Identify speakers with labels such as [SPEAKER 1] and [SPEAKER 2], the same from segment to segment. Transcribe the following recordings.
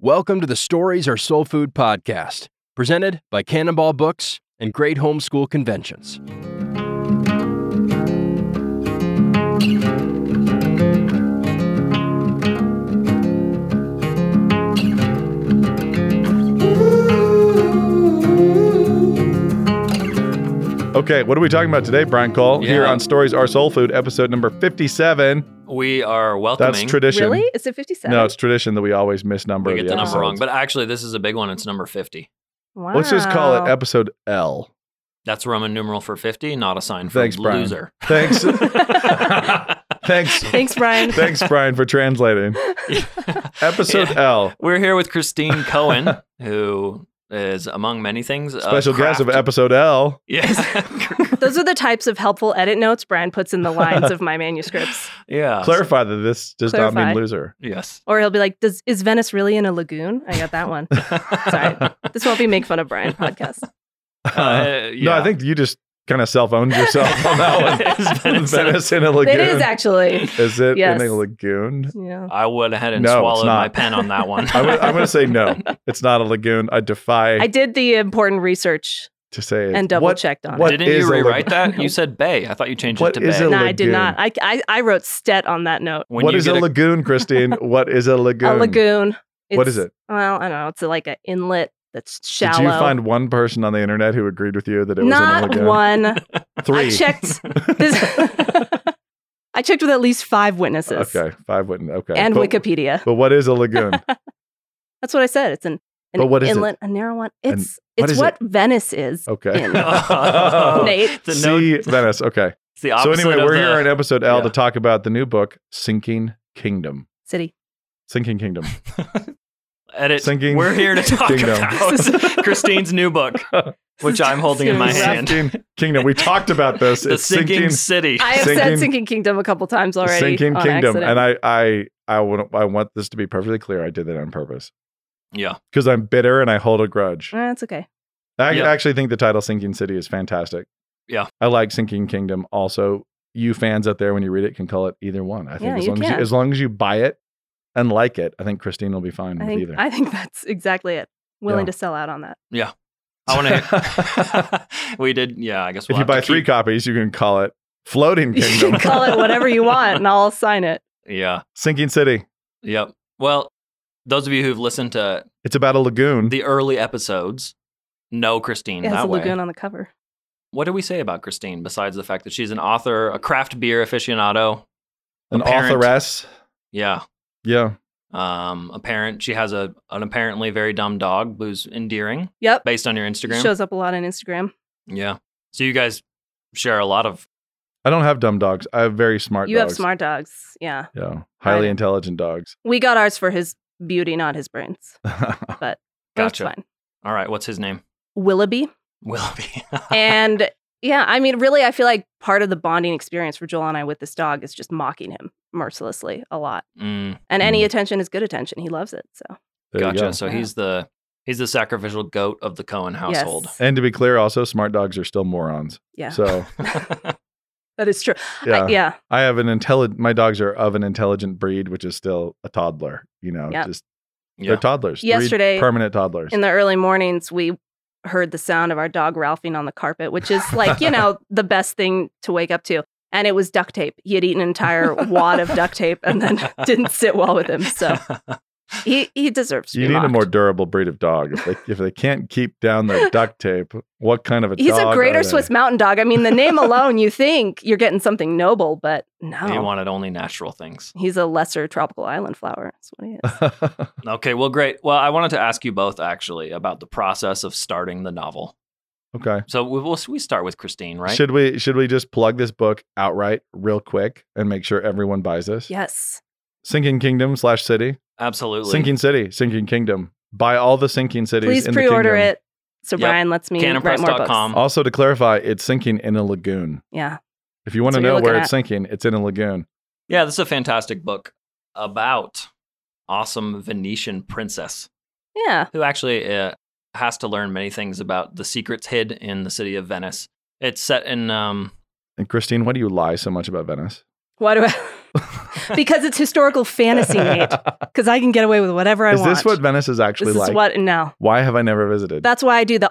[SPEAKER 1] Welcome to the Stories Are Soul Food podcast, presented by Cannonball Books and Great Homeschool Conventions.
[SPEAKER 2] Okay, what are we talking about today, Brian Cole? Here
[SPEAKER 3] Yeah.
[SPEAKER 2] on Stories Are Soul Food, episode number 57.
[SPEAKER 3] We are welcoming.
[SPEAKER 2] That's tradition.
[SPEAKER 4] Really? Is it 57?
[SPEAKER 2] No, it's tradition that we always misnumber
[SPEAKER 3] We get the
[SPEAKER 2] episodes.
[SPEAKER 3] number wrong, but actually, this is a big one. It's number fifty.
[SPEAKER 4] wow.
[SPEAKER 2] Let's just call it episode L.
[SPEAKER 3] That's Roman numeral for fifty, not a sign for
[SPEAKER 2] Thanks, Brian.
[SPEAKER 3] loser.
[SPEAKER 2] Thanks. thanks.
[SPEAKER 4] Thanks, Brian.
[SPEAKER 2] Thanks, Brian, for translating. Episode L.
[SPEAKER 3] We're here with Christine Cohen, who is among many things a
[SPEAKER 2] Special guest of
[SPEAKER 3] craft-
[SPEAKER 2] episode L.
[SPEAKER 3] Yes.
[SPEAKER 4] Those are the types of helpful edit notes Brian puts in the lines of my manuscripts.
[SPEAKER 3] yeah.
[SPEAKER 2] Clarify that this does not
[SPEAKER 4] Clarify.
[SPEAKER 2] mean loser.
[SPEAKER 3] Yes.
[SPEAKER 4] Or he'll be like, Does, Is Venice really in a lagoon? I got that one. Sorry. This won't be Make Fun of Brian podcast.
[SPEAKER 3] Uh, yeah.
[SPEAKER 2] No, I think you just kind of self owned yourself on that
[SPEAKER 3] It's
[SPEAKER 2] one.
[SPEAKER 3] been-
[SPEAKER 2] Venice in a lagoon.
[SPEAKER 4] It is actually.
[SPEAKER 2] Is it
[SPEAKER 4] Yes.
[SPEAKER 2] in a lagoon?
[SPEAKER 4] Yeah.
[SPEAKER 3] I went ahead and
[SPEAKER 2] No, it's
[SPEAKER 3] swallowed
[SPEAKER 2] not.
[SPEAKER 3] my pen on that one.
[SPEAKER 2] I'm, gonna- I'm going to say no. It's not a lagoon. I defy
[SPEAKER 4] I did the important research
[SPEAKER 2] to say
[SPEAKER 4] and double
[SPEAKER 2] what
[SPEAKER 4] checked on
[SPEAKER 2] what
[SPEAKER 4] it.
[SPEAKER 3] Didn't
[SPEAKER 2] is
[SPEAKER 3] you
[SPEAKER 2] a
[SPEAKER 3] rewrite
[SPEAKER 2] lag-
[SPEAKER 3] that? You said bay. I thought you changed
[SPEAKER 2] What
[SPEAKER 3] it to
[SPEAKER 2] is
[SPEAKER 3] bay.
[SPEAKER 2] a
[SPEAKER 4] No,
[SPEAKER 2] lag-
[SPEAKER 4] I did
[SPEAKER 2] lagoon.
[SPEAKER 4] not. I, I, I wrote stet on that note.
[SPEAKER 3] when
[SPEAKER 2] what
[SPEAKER 3] you
[SPEAKER 2] is a
[SPEAKER 3] get
[SPEAKER 2] lagoon, Christine? what is a lagoon?
[SPEAKER 4] A lagoon.
[SPEAKER 2] What is it?
[SPEAKER 4] Well, I don't know. It's like an inlet that's shallow.
[SPEAKER 2] Did you find one person on the internet who agreed with you that it was in a
[SPEAKER 4] Not
[SPEAKER 2] lagoon?
[SPEAKER 4] one.
[SPEAKER 2] Three.
[SPEAKER 4] I checked. This, I checked with at least five witnesses
[SPEAKER 2] Okay, five wouldn't. Okay,
[SPEAKER 4] and
[SPEAKER 2] but,
[SPEAKER 4] Wikipedia.
[SPEAKER 2] But what is a lagoon?
[SPEAKER 4] That's what I said. It's an, an
[SPEAKER 2] But what is it?
[SPEAKER 4] inlet, a narrow one.
[SPEAKER 2] And
[SPEAKER 4] It's
[SPEAKER 2] what
[SPEAKER 4] it's
[SPEAKER 2] is
[SPEAKER 4] what Venice is.
[SPEAKER 2] Okay.
[SPEAKER 4] In.
[SPEAKER 3] Oh.
[SPEAKER 4] Nate,
[SPEAKER 3] The note-
[SPEAKER 2] See Venice. Okay.
[SPEAKER 3] It's the
[SPEAKER 2] So
[SPEAKER 3] opposite
[SPEAKER 2] anyway,
[SPEAKER 3] of
[SPEAKER 2] we're
[SPEAKER 3] the-
[SPEAKER 2] here in episode L to
[SPEAKER 3] yeah.
[SPEAKER 2] talk about the new book, Sinking Kingdom.
[SPEAKER 4] city.
[SPEAKER 2] Sinking Kingdom.
[SPEAKER 3] edit.
[SPEAKER 2] Sinking
[SPEAKER 3] We're here to talk
[SPEAKER 2] kingdom.
[SPEAKER 3] about Christine's new book, which I'm holding in my
[SPEAKER 4] This is
[SPEAKER 3] hand.
[SPEAKER 2] Sinking Kingdom. We talked about this.
[SPEAKER 3] The
[SPEAKER 2] it's
[SPEAKER 3] sinking
[SPEAKER 2] sinking
[SPEAKER 3] city.
[SPEAKER 4] I have
[SPEAKER 2] Sinking-
[SPEAKER 4] said Sinking Kingdom a couple times already.
[SPEAKER 2] Sinking
[SPEAKER 4] on
[SPEAKER 2] Kingdom.
[SPEAKER 4] accident.
[SPEAKER 2] And I I I want I want this to be perfectly clear. I did that on purpose.
[SPEAKER 3] yeah,
[SPEAKER 2] Because I'm bitter and I hold a grudge.
[SPEAKER 4] Eh, it's okay.
[SPEAKER 2] I
[SPEAKER 3] Yeah.
[SPEAKER 2] actually think the title Sinking City is fantastic.
[SPEAKER 3] Yeah.
[SPEAKER 2] I like Sinking Kingdom also. You fans out there, when you read it, can call it either one. I think
[SPEAKER 4] Yeah,
[SPEAKER 2] as,
[SPEAKER 4] you
[SPEAKER 2] long as, you,
[SPEAKER 4] can.
[SPEAKER 2] as long as you buy it and like it, I think Christine will be fine
[SPEAKER 4] I
[SPEAKER 2] with
[SPEAKER 4] think
[SPEAKER 2] either.
[SPEAKER 4] I think that's exactly it. Willing
[SPEAKER 2] Yeah.
[SPEAKER 4] to sell out on that.
[SPEAKER 3] I want to. we did. Yeah, I guess
[SPEAKER 2] if you
[SPEAKER 3] we'll have to
[SPEAKER 2] buy three
[SPEAKER 3] keep-
[SPEAKER 2] copies, you can call it Floating
[SPEAKER 4] You can
[SPEAKER 2] Kingdom,
[SPEAKER 4] call it whatever you want, and I'll sign it.
[SPEAKER 3] Yeah.
[SPEAKER 2] Sinking City.
[SPEAKER 3] Yep. Well, those of you who've listened to
[SPEAKER 2] It's about a lagoon.
[SPEAKER 3] the early episodes know Christine
[SPEAKER 4] It has
[SPEAKER 3] that
[SPEAKER 4] a
[SPEAKER 3] way.
[SPEAKER 4] lagoon on the cover.
[SPEAKER 3] What do we say about Christine besides the fact that she's an author, a craft beer aficionado?
[SPEAKER 2] An
[SPEAKER 3] apparent-
[SPEAKER 2] authoress.
[SPEAKER 3] Yeah.
[SPEAKER 2] Yeah.
[SPEAKER 3] Um, apparent. She has a an apparently very dumb dog who's endearing
[SPEAKER 4] Yep.
[SPEAKER 3] based on your Instagram.
[SPEAKER 4] Shows up a lot on Instagram.
[SPEAKER 3] Yeah. So you guys share a lot of
[SPEAKER 2] I don't have dumb dogs. I have very smart
[SPEAKER 4] you
[SPEAKER 2] dogs.
[SPEAKER 4] have smart dogs. Yeah.
[SPEAKER 2] Yeah. Highly
[SPEAKER 4] Right.
[SPEAKER 2] intelligent dogs.
[SPEAKER 4] We got ours for his beauty, not his brains. That's
[SPEAKER 3] Gotcha.
[SPEAKER 4] fine.
[SPEAKER 3] all right, what's his name?
[SPEAKER 4] Willoughby.
[SPEAKER 3] Willoughby.
[SPEAKER 4] and yeah, I mean, really, I feel like part of the bonding experience for Joel and I with this dog is just mocking him mercilessly a lot.
[SPEAKER 3] mm,
[SPEAKER 4] And any
[SPEAKER 2] Mm.
[SPEAKER 4] attention is good attention. He loves it. So,
[SPEAKER 2] There you go.
[SPEAKER 3] gotcha. So he's the he's the sacrificial goat of the Cohen household.
[SPEAKER 4] yes.
[SPEAKER 2] And to be clear, also, smart dogs are still morons.
[SPEAKER 4] Yeah.
[SPEAKER 2] So,
[SPEAKER 4] that is true.
[SPEAKER 2] yeah.
[SPEAKER 4] I, yeah.
[SPEAKER 2] I have an intelligent. My dogs are of an intelligent breed, which is still a toddler. You know,
[SPEAKER 4] Yep.
[SPEAKER 2] just
[SPEAKER 3] yeah.
[SPEAKER 2] they're toddlers. Three
[SPEAKER 4] Yesterday-
[SPEAKER 2] permanent toddlers.
[SPEAKER 4] In the early mornings, we heard the sound of our dog ralphing on the carpet, which is like, you know, the best thing to wake up to. And it was duct tape. He had eaten an entire wad of duct tape and then didn't sit well with him. So he, he deserves to
[SPEAKER 2] you
[SPEAKER 4] be
[SPEAKER 2] need a
[SPEAKER 4] mocked.
[SPEAKER 2] more durable breed of dog. If they, if they can't keep down their duct tape, what kind of a
[SPEAKER 4] He's
[SPEAKER 2] dog?
[SPEAKER 4] a
[SPEAKER 2] are
[SPEAKER 4] greater
[SPEAKER 2] they?
[SPEAKER 4] Swiss mountain dog. I mean, the name alone, you think you're getting something noble, but no.
[SPEAKER 3] He wanted only natural things.
[SPEAKER 4] He's a lesser tropical island flower. That's what he is.
[SPEAKER 3] Okay, well great. Well, I wanted to ask you both actually about the process of starting the novel.
[SPEAKER 2] okay.
[SPEAKER 3] So we we'll, we start with Christine, right?
[SPEAKER 2] Should we should we just plug this book outright real quick and make sure everyone buys this?
[SPEAKER 4] Yes.
[SPEAKER 2] Sinking Kingdom slash City.
[SPEAKER 3] Absolutely.
[SPEAKER 2] Sinking City. Sinking Kingdom. Buy all the sinking cities.
[SPEAKER 4] Please
[SPEAKER 2] in the
[SPEAKER 4] pre-order
[SPEAKER 2] kingdom.
[SPEAKER 4] it. So
[SPEAKER 3] Yep.
[SPEAKER 4] Brian lets me write more books.
[SPEAKER 3] Canonpress.com.
[SPEAKER 2] Also, to clarify, it's sinking in a lagoon.
[SPEAKER 4] Yeah.
[SPEAKER 2] If you want to
[SPEAKER 4] That's what
[SPEAKER 2] know
[SPEAKER 4] you're
[SPEAKER 2] where
[SPEAKER 4] looking
[SPEAKER 2] it's sinking, it's in a lagoon.
[SPEAKER 3] Yeah, this is a fantastic book about awesome Venetian princess
[SPEAKER 4] Yeah.
[SPEAKER 3] who actually uh, has to learn many things about the secrets hid in the city of Venice. It's set in um,
[SPEAKER 2] And Christine, why do you lie so much about Venice?
[SPEAKER 4] Why do I because it's historical fantasy, Nate. Because I can get away with whatever I
[SPEAKER 2] is
[SPEAKER 4] want.
[SPEAKER 2] this what Venice is
[SPEAKER 4] This
[SPEAKER 2] actually
[SPEAKER 4] is
[SPEAKER 2] like?
[SPEAKER 4] what? No,
[SPEAKER 2] Why have I never visited?
[SPEAKER 4] that's why I do the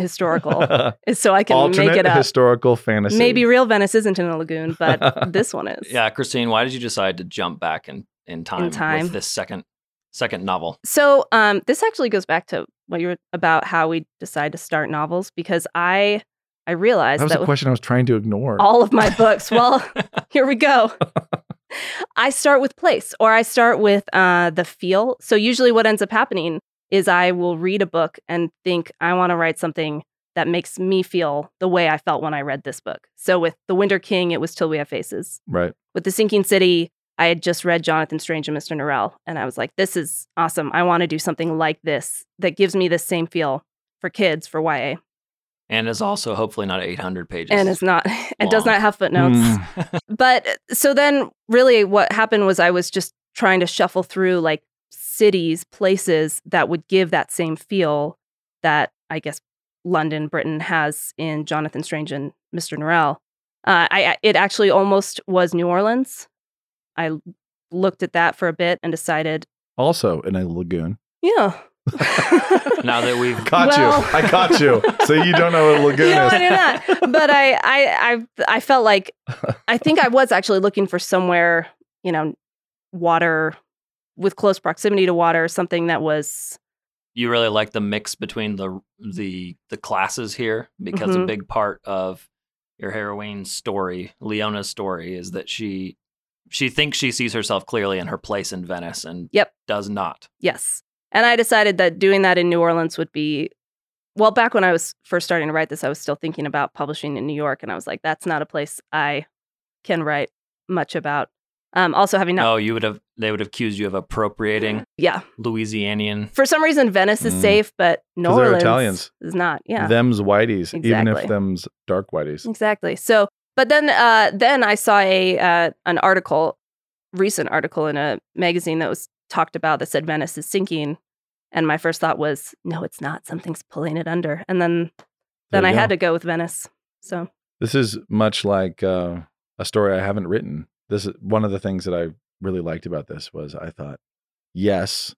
[SPEAKER 4] historical, is so I can
[SPEAKER 2] Alternate
[SPEAKER 4] make it up.
[SPEAKER 2] historical fantasy.
[SPEAKER 4] Maybe real Venice isn't in a lagoon, but this one is.
[SPEAKER 3] yeah, Christine, why did you decide to jump back in, in time,
[SPEAKER 4] time.
[SPEAKER 3] with this second second novel?
[SPEAKER 4] So um, this actually goes back to what you were about how we decide to start novels because I I realized
[SPEAKER 2] that was
[SPEAKER 4] that
[SPEAKER 2] a
[SPEAKER 4] with
[SPEAKER 2] question I was trying to ignore.
[SPEAKER 4] all of my books, well, here we go. I start with place or I start with uh, the feel. So usually what ends up happening is I will read a book and think I want to write something that makes me feel the way I felt when I read this book. So with The Winter King, it was Till We Have Faces
[SPEAKER 2] right.
[SPEAKER 4] with the sinking city i had just read jonathan strange and mr norrell and i was like this is awesome i want to do something like this that gives me the same feel for kids for ya
[SPEAKER 3] And is also hopefully not 800 pages.
[SPEAKER 4] and it's not it does
[SPEAKER 3] Long.
[SPEAKER 4] not have footnotes
[SPEAKER 2] Mm.
[SPEAKER 4] but so then really what happened was i was just trying to shuffle through like cities places that would give that same feel that i guess london britain has in jonathan strange and mr norrell uh, I, I- it actually almost was new orleans i looked at that for a bit and decided
[SPEAKER 2] Also in a lagoon.
[SPEAKER 4] yeah
[SPEAKER 3] now that we've
[SPEAKER 2] Caught
[SPEAKER 4] Well-
[SPEAKER 2] you. I caught you. So you don't know what a lagoon
[SPEAKER 4] No,
[SPEAKER 2] is.
[SPEAKER 4] I do not. But I, I, I, I felt like I think I was actually looking for somewhere, you know, water with close proximity to water, something that was
[SPEAKER 3] you really like the mix between the the the classes here because a
[SPEAKER 4] Mhm.
[SPEAKER 3] big part of your heroine's story, Leona's story, is that she she thinks she sees herself clearly in her place in Venice and
[SPEAKER 4] Yep.
[SPEAKER 3] does not.
[SPEAKER 4] yes. And I decided that doing that in New Orleans would be well. Back when I was first starting to write this, I was still thinking about publishing in New York, and I was like, that's not a place I can write much about. Um, also, having not,
[SPEAKER 3] No, Oh, you would have they would have accused you of appropriating
[SPEAKER 4] yeah,
[SPEAKER 3] Louisianian.
[SPEAKER 4] for some reason, Venice is
[SPEAKER 2] Mm.
[SPEAKER 4] safe, but New
[SPEAKER 2] 'Cause they're
[SPEAKER 4] Orleans
[SPEAKER 2] Italians.
[SPEAKER 4] is not. Yeah,
[SPEAKER 2] Them's whiteys, even if
[SPEAKER 4] Exactly.
[SPEAKER 2] them's dark whiteys.
[SPEAKER 4] Exactly. So, but then uh, then I saw a uh, an article, recent article in a magazine that was talked about that said Venice is sinking, and my first thought was, no, it's not. Something's pulling it under. And then then
[SPEAKER 2] There
[SPEAKER 4] I
[SPEAKER 2] you
[SPEAKER 4] had
[SPEAKER 2] go.
[SPEAKER 4] to go with Venice. So
[SPEAKER 2] This is much like uh, a story I haven't written. This is one of the things that I really liked about this was I thought, yes,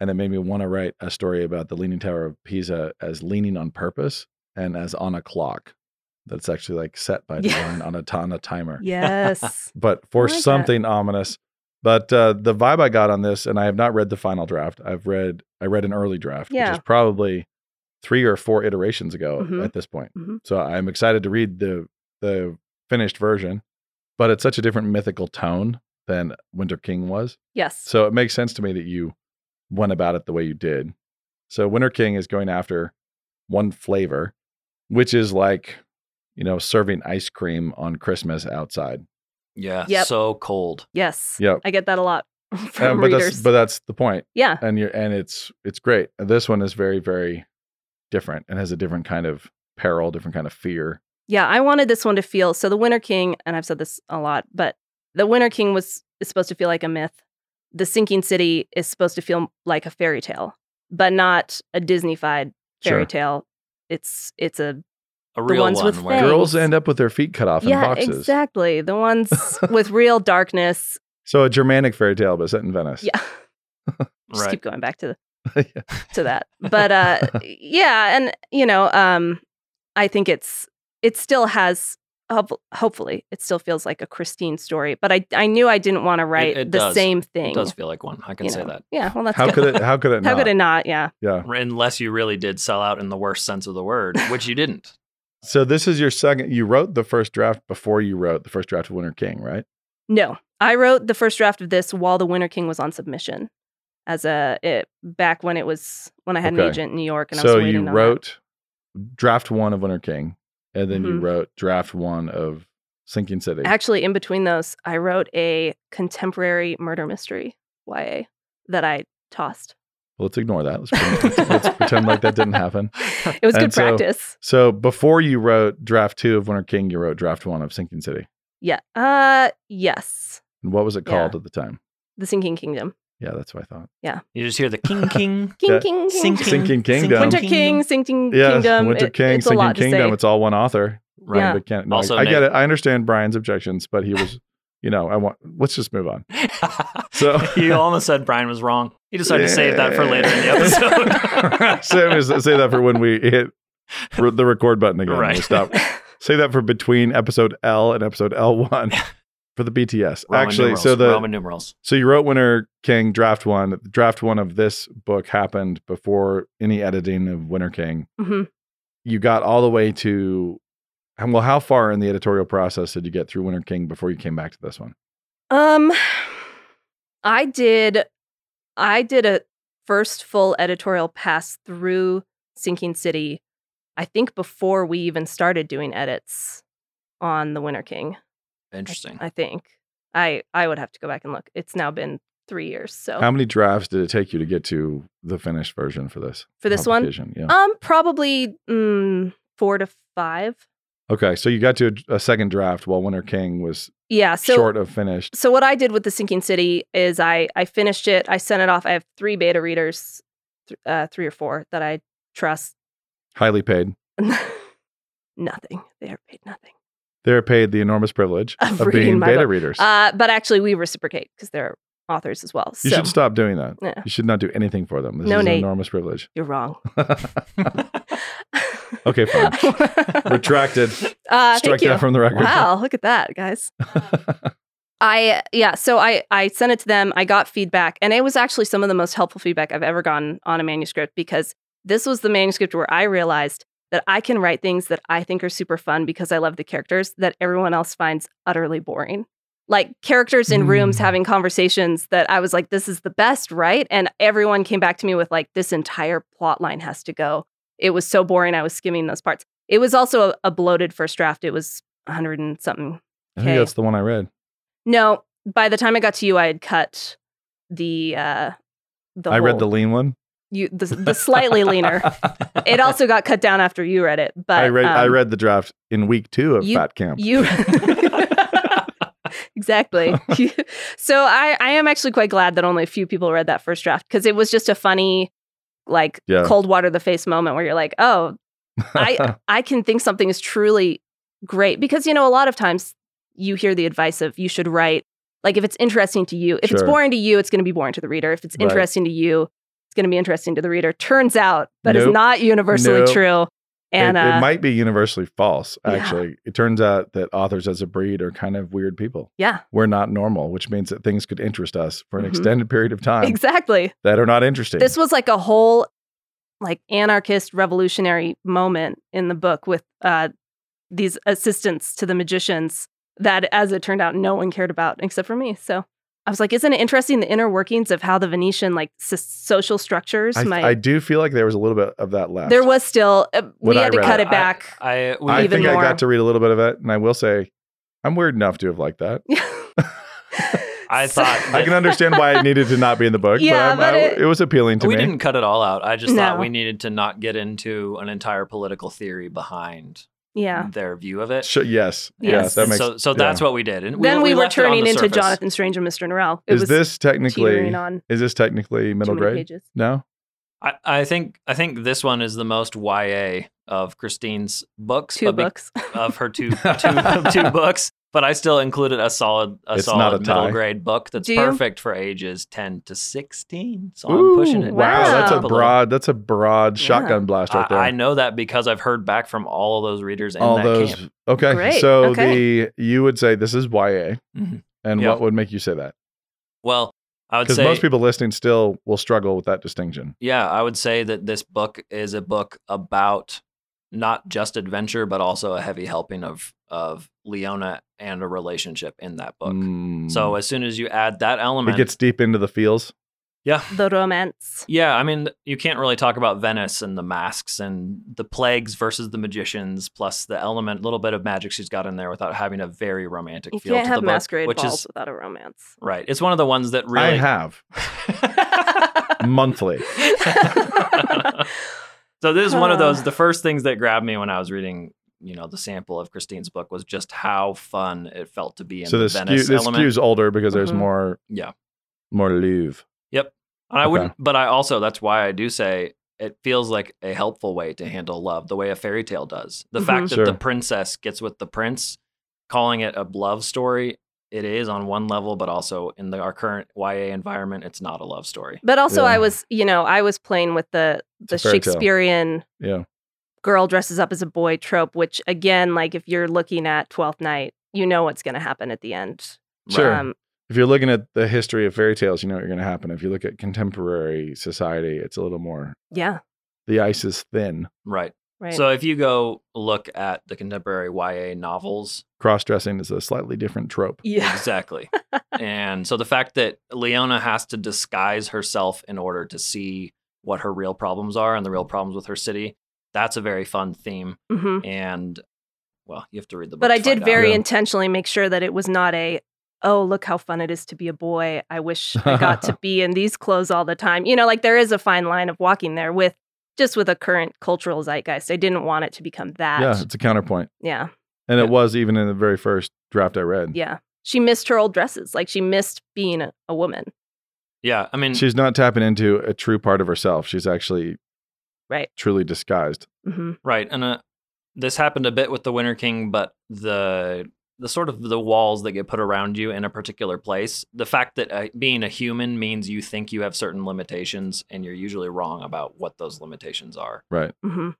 [SPEAKER 2] and it made me want to write a story about the Leaning Tower of Pisa as leaning on purpose and as on a clock that's actually like set by
[SPEAKER 4] Yeah.
[SPEAKER 2] design on a on a timer,
[SPEAKER 4] yes,
[SPEAKER 2] but for
[SPEAKER 4] like that.
[SPEAKER 2] something ominous. But uh, the vibe I got on this, and I have not read the final draft. I've read I read an early draft,
[SPEAKER 4] Yeah.
[SPEAKER 2] which is probably three or four iterations ago
[SPEAKER 4] Mhm.
[SPEAKER 2] at this point.
[SPEAKER 4] Mhm.
[SPEAKER 2] So I'm excited to read the the finished version, but it's such a different mythical tone than Winter King was.
[SPEAKER 4] yes,
[SPEAKER 2] So it makes sense to me that you went about it the way you did. So Winter King is going after one flavor, which is like, you know, serving ice cream on Christmas outside.
[SPEAKER 3] Yeah,
[SPEAKER 4] Yep.
[SPEAKER 3] so cold.
[SPEAKER 4] yes.
[SPEAKER 2] Yep.
[SPEAKER 4] I get that a lot from
[SPEAKER 2] Um, but that's
[SPEAKER 4] readers.
[SPEAKER 2] but that's the point.
[SPEAKER 4] yeah,
[SPEAKER 2] And you're and it's it's great. And this one is very, very different and has a different kind of peril, different kind of fear.
[SPEAKER 4] yeah. I wanted this one to feel so. The Winter King, and I've said this a lot, but the Winter King was is supposed to feel like a myth. The Sinking City is supposed to feel like a fairy tale, but not a Disney-fied fairy tale. It's it's a
[SPEAKER 3] A real
[SPEAKER 4] ones
[SPEAKER 3] one
[SPEAKER 4] with
[SPEAKER 3] where
[SPEAKER 4] fangs.
[SPEAKER 2] Girls end up with their feet cut off in
[SPEAKER 4] yeah,
[SPEAKER 2] boxes.
[SPEAKER 4] exactly the ones with real darkness.
[SPEAKER 2] So a Germanic fairy tale, but set in Venice.
[SPEAKER 4] Yeah, just
[SPEAKER 3] right.
[SPEAKER 4] keep going back to
[SPEAKER 2] Yeah.
[SPEAKER 4] to that. But uh, yeah, and you know, um, I think it's it still has. hop- Hopefully, it still feels like a Christine story, but I I knew I didn't want to write
[SPEAKER 3] it
[SPEAKER 4] the
[SPEAKER 3] does.
[SPEAKER 4] same thing.
[SPEAKER 3] It does feel like one. I can
[SPEAKER 4] you
[SPEAKER 3] say
[SPEAKER 4] know.
[SPEAKER 3] that.
[SPEAKER 4] Yeah, well, that's
[SPEAKER 2] How
[SPEAKER 4] good.
[SPEAKER 2] could it? How could it?
[SPEAKER 4] How
[SPEAKER 2] not?
[SPEAKER 4] could it not? Yeah,
[SPEAKER 2] Yeah.
[SPEAKER 3] Unless you really did sell out in the worst sense of the word, which you didn't.
[SPEAKER 2] So this is your second. You wrote the first draft before you wrote the first draft of Winter King, right?
[SPEAKER 4] No, I wrote the first draft of this while the Winter King was on submission, as a it, back when it was when I had
[SPEAKER 2] Okay.
[SPEAKER 4] an agent in New York and I
[SPEAKER 2] so
[SPEAKER 4] was waiting.
[SPEAKER 2] you
[SPEAKER 4] on
[SPEAKER 2] wrote draft one of Winter King, and then you
[SPEAKER 4] Mhm.
[SPEAKER 2] wrote draft one of Sinking City.
[SPEAKER 4] that. Actually, in between those, I wrote a contemporary murder mystery YA that I tossed.
[SPEAKER 2] well, let's ignore that. Let's pretend, let's pretend like that didn't happen.
[SPEAKER 4] It was
[SPEAKER 2] And
[SPEAKER 4] good
[SPEAKER 2] so-
[SPEAKER 4] practice.
[SPEAKER 2] So before you wrote draft two of Winter King, you wrote draft one of Sinking City.
[SPEAKER 4] Yeah. Uh. Yes.
[SPEAKER 2] And what was it
[SPEAKER 4] Yeah.
[SPEAKER 2] called at the time?
[SPEAKER 4] The Sinking Kingdom.
[SPEAKER 2] Yeah, that's what I thought.
[SPEAKER 3] You just hear the king king.
[SPEAKER 4] King
[SPEAKER 2] Yeah.
[SPEAKER 4] King. King.
[SPEAKER 3] Sinking,
[SPEAKER 2] Sinking Kingdom.
[SPEAKER 4] Winter King. Sinking
[SPEAKER 2] Yeah,
[SPEAKER 4] Kingdom.
[SPEAKER 2] Winter
[SPEAKER 4] It-
[SPEAKER 2] King,
[SPEAKER 4] it's a
[SPEAKER 2] Sinking
[SPEAKER 4] lot to
[SPEAKER 2] Kingdom.
[SPEAKER 4] say.
[SPEAKER 2] It's all one author.
[SPEAKER 3] Right.
[SPEAKER 4] Yeah.
[SPEAKER 2] But can't, no,
[SPEAKER 3] Also,
[SPEAKER 2] I, I get
[SPEAKER 3] Nate-
[SPEAKER 2] it. I understand Brian's objections, but he was you know, I want, let's just move on. So,
[SPEAKER 3] you almost said Brian was wrong. You decided to save that for later in the episode.
[SPEAKER 2] Save us- save that for when we hit re- the record button again.
[SPEAKER 3] Right.
[SPEAKER 2] We'll stop. Save that for between episode L and episode L1 for the BTS.
[SPEAKER 3] Roman
[SPEAKER 2] Actually,
[SPEAKER 3] numerals,
[SPEAKER 2] so the
[SPEAKER 3] Roman numerals.
[SPEAKER 2] so you wrote Winter King draft one. Draft one of this book happened before any editing of Winter King.
[SPEAKER 4] Mhm.
[SPEAKER 2] You got all the way to, and well, how far in the editorial process did you get through Winter King before you came back to this one?
[SPEAKER 4] Um, I did, I did a first full editorial pass through Sinking City. I think before we even started doing edits on The Winter King.
[SPEAKER 3] Interesting.
[SPEAKER 4] I think I I would have to go back and look. It's now been three years, so
[SPEAKER 2] How many drafts did it take you to get to the finished version for this?
[SPEAKER 4] For this one?
[SPEAKER 2] publication? yeah.
[SPEAKER 4] um probably mm, four to five.
[SPEAKER 2] Okay, so you got to a, a second draft while Winter King was
[SPEAKER 4] Yeah, so
[SPEAKER 2] short of finished.
[SPEAKER 4] so what I did with the Sinking City is I I finished it. I sent it off. I have three beta readers, th- uh, three or four that I trust.
[SPEAKER 2] Highly paid.
[SPEAKER 4] nothing. They are paid nothing.
[SPEAKER 2] They're paid the enormous privilege
[SPEAKER 4] Of
[SPEAKER 2] of,
[SPEAKER 4] reading
[SPEAKER 2] being
[SPEAKER 4] my
[SPEAKER 2] beta
[SPEAKER 4] book.
[SPEAKER 2] readers.
[SPEAKER 4] Uh, but actually, we reciprocate because they're authors as well.
[SPEAKER 2] you
[SPEAKER 4] so
[SPEAKER 2] should stop doing that.
[SPEAKER 4] Yeah.
[SPEAKER 2] You should not do anything for them. This
[SPEAKER 4] No,
[SPEAKER 2] is an
[SPEAKER 4] Nate.
[SPEAKER 2] enormous privilege.
[SPEAKER 4] you're wrong.
[SPEAKER 2] Okay, fine. Retracted.
[SPEAKER 4] uh,
[SPEAKER 2] Strike
[SPEAKER 4] thank you.
[SPEAKER 2] that from the record.
[SPEAKER 4] Wow, look at that, guys. I yeah, so I I sent it to them. I got feedback, and it was actually some of the most helpful feedback I've ever gotten on a manuscript because this was the manuscript where I realized that I can write things that I think are super fun because I love the characters that everyone else finds utterly boring. Like characters in rooms
[SPEAKER 2] Mm.
[SPEAKER 4] having conversations that I was like, this is the best, right? And everyone came back to me with like, this entire plot line has to go. It was so boring. I was skimming those parts. It was also a, a bloated first draft. It was 100 and something
[SPEAKER 2] I think
[SPEAKER 4] Okay.
[SPEAKER 2] that's the one I read.
[SPEAKER 4] no, by the time I got to you, I had cut the uh, the.
[SPEAKER 2] I read the
[SPEAKER 4] whole-
[SPEAKER 2] lean one.
[SPEAKER 4] you the, the slightly leaner. It also got cut down after you read it, but
[SPEAKER 2] I read I
[SPEAKER 4] um,
[SPEAKER 2] read the draft in week two of
[SPEAKER 4] you-
[SPEAKER 2] Fat Camp.
[SPEAKER 4] you exactly. so I I am actually quite glad that only a few people read that first draft because it was just a funny like
[SPEAKER 2] Yeah.
[SPEAKER 4] cold water the face moment where you're like, oh, I I can think something is truly great because you know a lot of times you hear the advice of you should write like if it's interesting to you if it's
[SPEAKER 2] Sure.
[SPEAKER 4] boring to you it's going to be boring to the reader if it's
[SPEAKER 2] Right.
[SPEAKER 4] interesting to you it's going to be interesting to the reader turns out that is
[SPEAKER 2] Nope.
[SPEAKER 4] not universally
[SPEAKER 2] Nope.
[SPEAKER 4] true and
[SPEAKER 2] it, it
[SPEAKER 4] uh,
[SPEAKER 2] might be universally false,
[SPEAKER 4] Yeah.
[SPEAKER 2] actually. It turns out that authors as a breed are kind of weird people.
[SPEAKER 4] yeah
[SPEAKER 2] We're not normal, which means that things could interest us for an
[SPEAKER 4] Mhm.
[SPEAKER 2] extended period of time
[SPEAKER 4] exactly
[SPEAKER 2] that are not interesting.
[SPEAKER 4] this was like a whole like anarchist revolutionary moment in the book with uh these assistants to the magicians that as it turned out no one cared about except for me so i was like isn't it interesting the inner workings of how the venetian like s- social structures
[SPEAKER 2] I,
[SPEAKER 4] might
[SPEAKER 2] I do feel like there was a little bit of that left.
[SPEAKER 4] there was still uh, we
[SPEAKER 2] What I
[SPEAKER 4] had to
[SPEAKER 2] read.
[SPEAKER 4] cut
[SPEAKER 2] I-
[SPEAKER 4] it back
[SPEAKER 3] I, we
[SPEAKER 2] I
[SPEAKER 4] even
[SPEAKER 2] think I
[SPEAKER 4] more.
[SPEAKER 2] got to read a little bit of it, and I will say, I'm weird enough to have liked that.
[SPEAKER 3] I
[SPEAKER 4] So-
[SPEAKER 3] thought
[SPEAKER 2] I can understand why it needed to not be in the book,
[SPEAKER 4] Yeah,
[SPEAKER 2] but,
[SPEAKER 4] but
[SPEAKER 2] I'm, I-
[SPEAKER 4] it-
[SPEAKER 2] it, was appealing to
[SPEAKER 3] we
[SPEAKER 2] me.
[SPEAKER 3] didn't cut it all out. I just thought
[SPEAKER 4] No.
[SPEAKER 3] we needed to not get into an entire political theory behind
[SPEAKER 4] yeah
[SPEAKER 3] their view of it.
[SPEAKER 2] Sh- yes,
[SPEAKER 4] Yes.
[SPEAKER 2] yes, that makes.
[SPEAKER 3] so, so that's
[SPEAKER 2] yeah.
[SPEAKER 3] what we did. And
[SPEAKER 4] then we, were
[SPEAKER 3] left it on
[SPEAKER 4] turning
[SPEAKER 3] the
[SPEAKER 4] into
[SPEAKER 3] surface.
[SPEAKER 4] jonathan strange and mr norrell it
[SPEAKER 2] is
[SPEAKER 4] was
[SPEAKER 2] this technically
[SPEAKER 4] teetering on
[SPEAKER 2] is this technically
[SPEAKER 4] too
[SPEAKER 2] middle
[SPEAKER 4] many
[SPEAKER 2] grade?
[SPEAKER 4] pages
[SPEAKER 2] No,
[SPEAKER 3] I, I think I think this one is the most YA of Christine's books,
[SPEAKER 4] two
[SPEAKER 3] but be-
[SPEAKER 4] books
[SPEAKER 3] of her two two two books. But I still included a solid a
[SPEAKER 2] It's not
[SPEAKER 3] solid
[SPEAKER 2] a
[SPEAKER 3] middle
[SPEAKER 2] tie.
[SPEAKER 3] grade book that's
[SPEAKER 4] Do you?
[SPEAKER 3] perfect for ages ten to sixteen. So I'm pushing it.
[SPEAKER 2] Wow,
[SPEAKER 4] Wow.
[SPEAKER 2] that's a
[SPEAKER 3] up little.
[SPEAKER 2] broad that's a broad
[SPEAKER 4] Yeah.
[SPEAKER 2] shotgun blast right there.
[SPEAKER 3] I, I know that because I've heard back from all of those readers in
[SPEAKER 2] All
[SPEAKER 3] that
[SPEAKER 2] those.
[SPEAKER 3] camp.
[SPEAKER 2] Okay,
[SPEAKER 4] Great,
[SPEAKER 2] so
[SPEAKER 4] okay.
[SPEAKER 2] the you would say this is YA,
[SPEAKER 3] Mhm.
[SPEAKER 2] and
[SPEAKER 3] Yeah.
[SPEAKER 2] what would make you say that?
[SPEAKER 3] Well, I would
[SPEAKER 2] Because
[SPEAKER 3] say
[SPEAKER 2] most people listening still will struggle with that distinction.
[SPEAKER 3] Yeah, I would say that this book is a book about not just adventure, but also a heavy helping of of Leona and a relationship in that book. So
[SPEAKER 2] Mm.
[SPEAKER 3] as soon as you add that element,
[SPEAKER 2] it gets deep into the feels.
[SPEAKER 3] yeah,
[SPEAKER 4] the romance
[SPEAKER 3] yeah. I mean, you can't really talk about Venice and the masks and the plagues versus the magicians, plus the element, little bit of magic she's got in there without having a very romantic
[SPEAKER 4] you
[SPEAKER 3] feel
[SPEAKER 4] can't
[SPEAKER 3] to
[SPEAKER 4] have
[SPEAKER 3] the book,
[SPEAKER 4] masquerade
[SPEAKER 3] which
[SPEAKER 4] balls
[SPEAKER 3] is
[SPEAKER 4] without a romance
[SPEAKER 3] right. It's one of the ones that
[SPEAKER 2] I
[SPEAKER 3] really.
[SPEAKER 2] have monthly.
[SPEAKER 3] so this is one of those
[SPEAKER 4] Huh.
[SPEAKER 3] the first things that grabbed me when I was reading, you know, the sample of Christine's book was just how fun it felt to be in
[SPEAKER 2] So
[SPEAKER 3] the
[SPEAKER 2] this
[SPEAKER 3] Venice
[SPEAKER 2] skew, this
[SPEAKER 3] element.
[SPEAKER 2] skew's older because there's
[SPEAKER 4] Mhm.
[SPEAKER 2] more
[SPEAKER 3] Yeah.
[SPEAKER 2] more Louvre.
[SPEAKER 3] and I
[SPEAKER 2] okay.
[SPEAKER 3] wouldn't but I also that's why I do say it feels like a helpful way to handle love, the way a fairy
[SPEAKER 4] Mm-hmm.
[SPEAKER 3] tale does. The fact
[SPEAKER 2] Mhm.
[SPEAKER 3] that the
[SPEAKER 2] Sure.
[SPEAKER 3] princess gets with the prince, calling it a love story it is on one level, but also in the, our current YA environment, it's not a love story.
[SPEAKER 4] But also,
[SPEAKER 2] Yeah.
[SPEAKER 4] I was, you know, I was playing with the
[SPEAKER 2] It's
[SPEAKER 4] the
[SPEAKER 2] a fairy tale.
[SPEAKER 4] Shakespearean
[SPEAKER 2] Yeah.
[SPEAKER 4] girl dresses up as a boy trope. Which again, like if you're looking at Twelfth Night, you know what's going to happen at the end.
[SPEAKER 2] Sure.
[SPEAKER 4] Um,
[SPEAKER 2] If you're looking at the history of fairy tales, you know what you're going to happen. If you look at contemporary society, it's a little more,
[SPEAKER 4] yeah.
[SPEAKER 2] the ice is thin.
[SPEAKER 3] Right.
[SPEAKER 4] Right.
[SPEAKER 3] So if you go look at the contemporary YA novels,
[SPEAKER 2] Cross dressing is a slightly different trope.
[SPEAKER 4] yeah.
[SPEAKER 3] exactly. and so the fact that Leona has to disguise herself in order to see what her real problems are and the real problems with her city, that's a very fun theme.
[SPEAKER 4] hmm
[SPEAKER 3] And well, you have to read the book.
[SPEAKER 4] But I
[SPEAKER 3] to
[SPEAKER 4] did
[SPEAKER 3] find out.
[SPEAKER 4] very
[SPEAKER 2] Yeah.
[SPEAKER 4] intentionally make sure that it was not a, oh, look how fun it is to be a boy. I wish I got to be in these clothes all the time. You know, like there is a fine line of walking there with just with a current cultural zeitgeist. I didn't want it to become that.
[SPEAKER 2] Yeah, it's a counterpoint.
[SPEAKER 4] Yeah.
[SPEAKER 2] And
[SPEAKER 3] Yeah.
[SPEAKER 2] it was even in the very first draft I read.
[SPEAKER 4] Yeah. She missed her old dresses. Like she missed being a, a woman.
[SPEAKER 3] Yeah. I
[SPEAKER 4] Mm.
[SPEAKER 3] mean,
[SPEAKER 2] She's not tapping into a true part of herself. She's actually
[SPEAKER 4] Right.
[SPEAKER 2] truly disguised.
[SPEAKER 4] hmm
[SPEAKER 3] Right, and uh, this happened a bit with the Winter King, but the the sort of the walls that get put around you in a particular place, the fact that uh, being a human means you think you have certain limitations, and you're usually wrong about what those limitations are.
[SPEAKER 2] Right.
[SPEAKER 4] hmm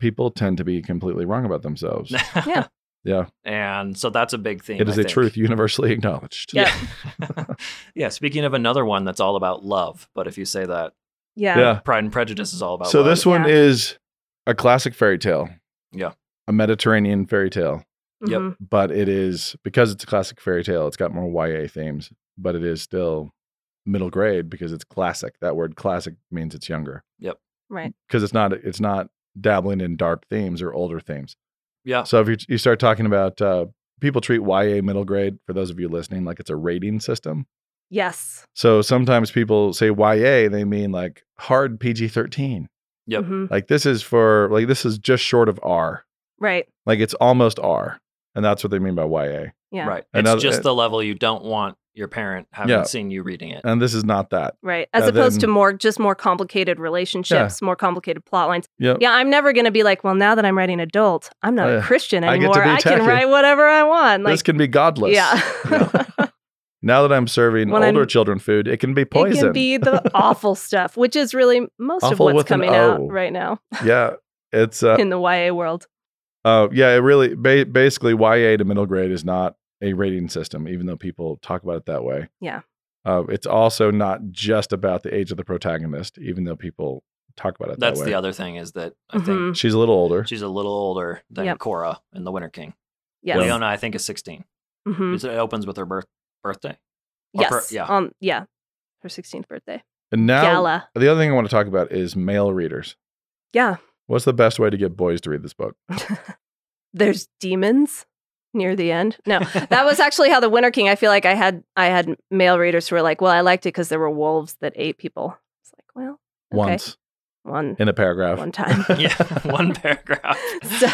[SPEAKER 2] People tend to be completely wrong about themselves.
[SPEAKER 4] Yeah.
[SPEAKER 2] Yeah.
[SPEAKER 3] and so that's a big thing.
[SPEAKER 2] It is
[SPEAKER 3] a
[SPEAKER 2] a truth universally acknowledged.
[SPEAKER 4] Yeah.
[SPEAKER 3] Yeah. yeah. Speaking of another one that's all about love, but if you say that,
[SPEAKER 4] Yeah.
[SPEAKER 2] Yeah.
[SPEAKER 3] Pride and Prejudice is all about.
[SPEAKER 2] So
[SPEAKER 3] love.
[SPEAKER 2] this one is a classic fairy tale.
[SPEAKER 3] Yeah.
[SPEAKER 2] A Mediterranean fairy tale.
[SPEAKER 3] Yep.
[SPEAKER 4] Mhm.
[SPEAKER 2] but it is because it's a classic fairy tale. It's got more YA themes, but it is still middle grade because it's classic. That word "classic" means it's younger
[SPEAKER 4] Mm-hmm. Right.
[SPEAKER 2] because it's not it's not dabbling in dark themes or older themes.
[SPEAKER 3] yeah,
[SPEAKER 2] So if you, you start talking about uh, people treat YA middle grade for those of you listening like it's a rating system.
[SPEAKER 4] Yes.
[SPEAKER 2] So sometimes people say YA, they mean like hard PG thirteen.
[SPEAKER 3] Yep.
[SPEAKER 4] Mhm.
[SPEAKER 2] Like this is for like this is just short of R.
[SPEAKER 4] Right.
[SPEAKER 2] Like it's almost R, and that's what they mean by YA.
[SPEAKER 4] Yeah.
[SPEAKER 3] right.
[SPEAKER 2] Another-
[SPEAKER 3] it's just the level you don't want your parent having
[SPEAKER 2] Yeah. Uh,
[SPEAKER 3] seen you reading it.
[SPEAKER 2] And this is not that.
[SPEAKER 4] Right. As
[SPEAKER 2] Uh,
[SPEAKER 4] opposed to
[SPEAKER 2] then-
[SPEAKER 4] more, just more complicated relationships, more complicated plot lines.
[SPEAKER 2] Yep.
[SPEAKER 4] Yeah, I'm never going to be like, well, now that I'm writing adult, I'm not
[SPEAKER 2] Oh,
[SPEAKER 4] a
[SPEAKER 2] yeah.
[SPEAKER 4] Christian
[SPEAKER 2] I get to
[SPEAKER 4] anymore.
[SPEAKER 2] be
[SPEAKER 4] I, can
[SPEAKER 2] tacky."
[SPEAKER 4] write whatever I want. Like,
[SPEAKER 2] this can be godless.
[SPEAKER 4] yeah.
[SPEAKER 2] Now that I'm serving
[SPEAKER 4] When
[SPEAKER 2] older
[SPEAKER 4] I'm-
[SPEAKER 2] children food, it can be
[SPEAKER 4] it
[SPEAKER 2] poison.
[SPEAKER 4] can be the awful stuff, which is really most of
[SPEAKER 2] Awful
[SPEAKER 4] what's
[SPEAKER 2] with an
[SPEAKER 4] coming out
[SPEAKER 2] O.
[SPEAKER 4] right now
[SPEAKER 2] yeah, it's uh,
[SPEAKER 4] in the YA world.
[SPEAKER 2] uh yeah, it really ba- basically YA to middle grade is not a rating system, even though people talk about it that way.
[SPEAKER 4] Yeah.
[SPEAKER 2] Uh, it's also not just about the age of the protagonist, even though people talk about it
[SPEAKER 3] That's
[SPEAKER 2] that way.
[SPEAKER 3] the other thing is that I think
[SPEAKER 4] Mhm.
[SPEAKER 2] She's a little older.
[SPEAKER 3] She's a little older than
[SPEAKER 4] Yep.
[SPEAKER 3] Cora in The Winter King.
[SPEAKER 4] Yes.
[SPEAKER 3] Leona, I think, is 16.
[SPEAKER 4] Mhm.
[SPEAKER 3] It opens with her birth- birthday.
[SPEAKER 4] Yes.
[SPEAKER 3] per- yeah.
[SPEAKER 4] Um, yeah. Her 16th birthday.
[SPEAKER 2] and now
[SPEAKER 4] Gala.
[SPEAKER 2] the other thing I want to talk about is male readers.
[SPEAKER 4] Yeah.
[SPEAKER 2] What's the best way to get boys to read this book?
[SPEAKER 4] There's demons near the end. No. that was actually how the Winter King. I feel like I had I had male readers who were like, "Well, I liked it because there were wolves that ate people." It's like, well, okay.
[SPEAKER 2] Once
[SPEAKER 4] one
[SPEAKER 2] in a paragraph.
[SPEAKER 4] one time.
[SPEAKER 3] yeah, one paragraph.
[SPEAKER 4] so,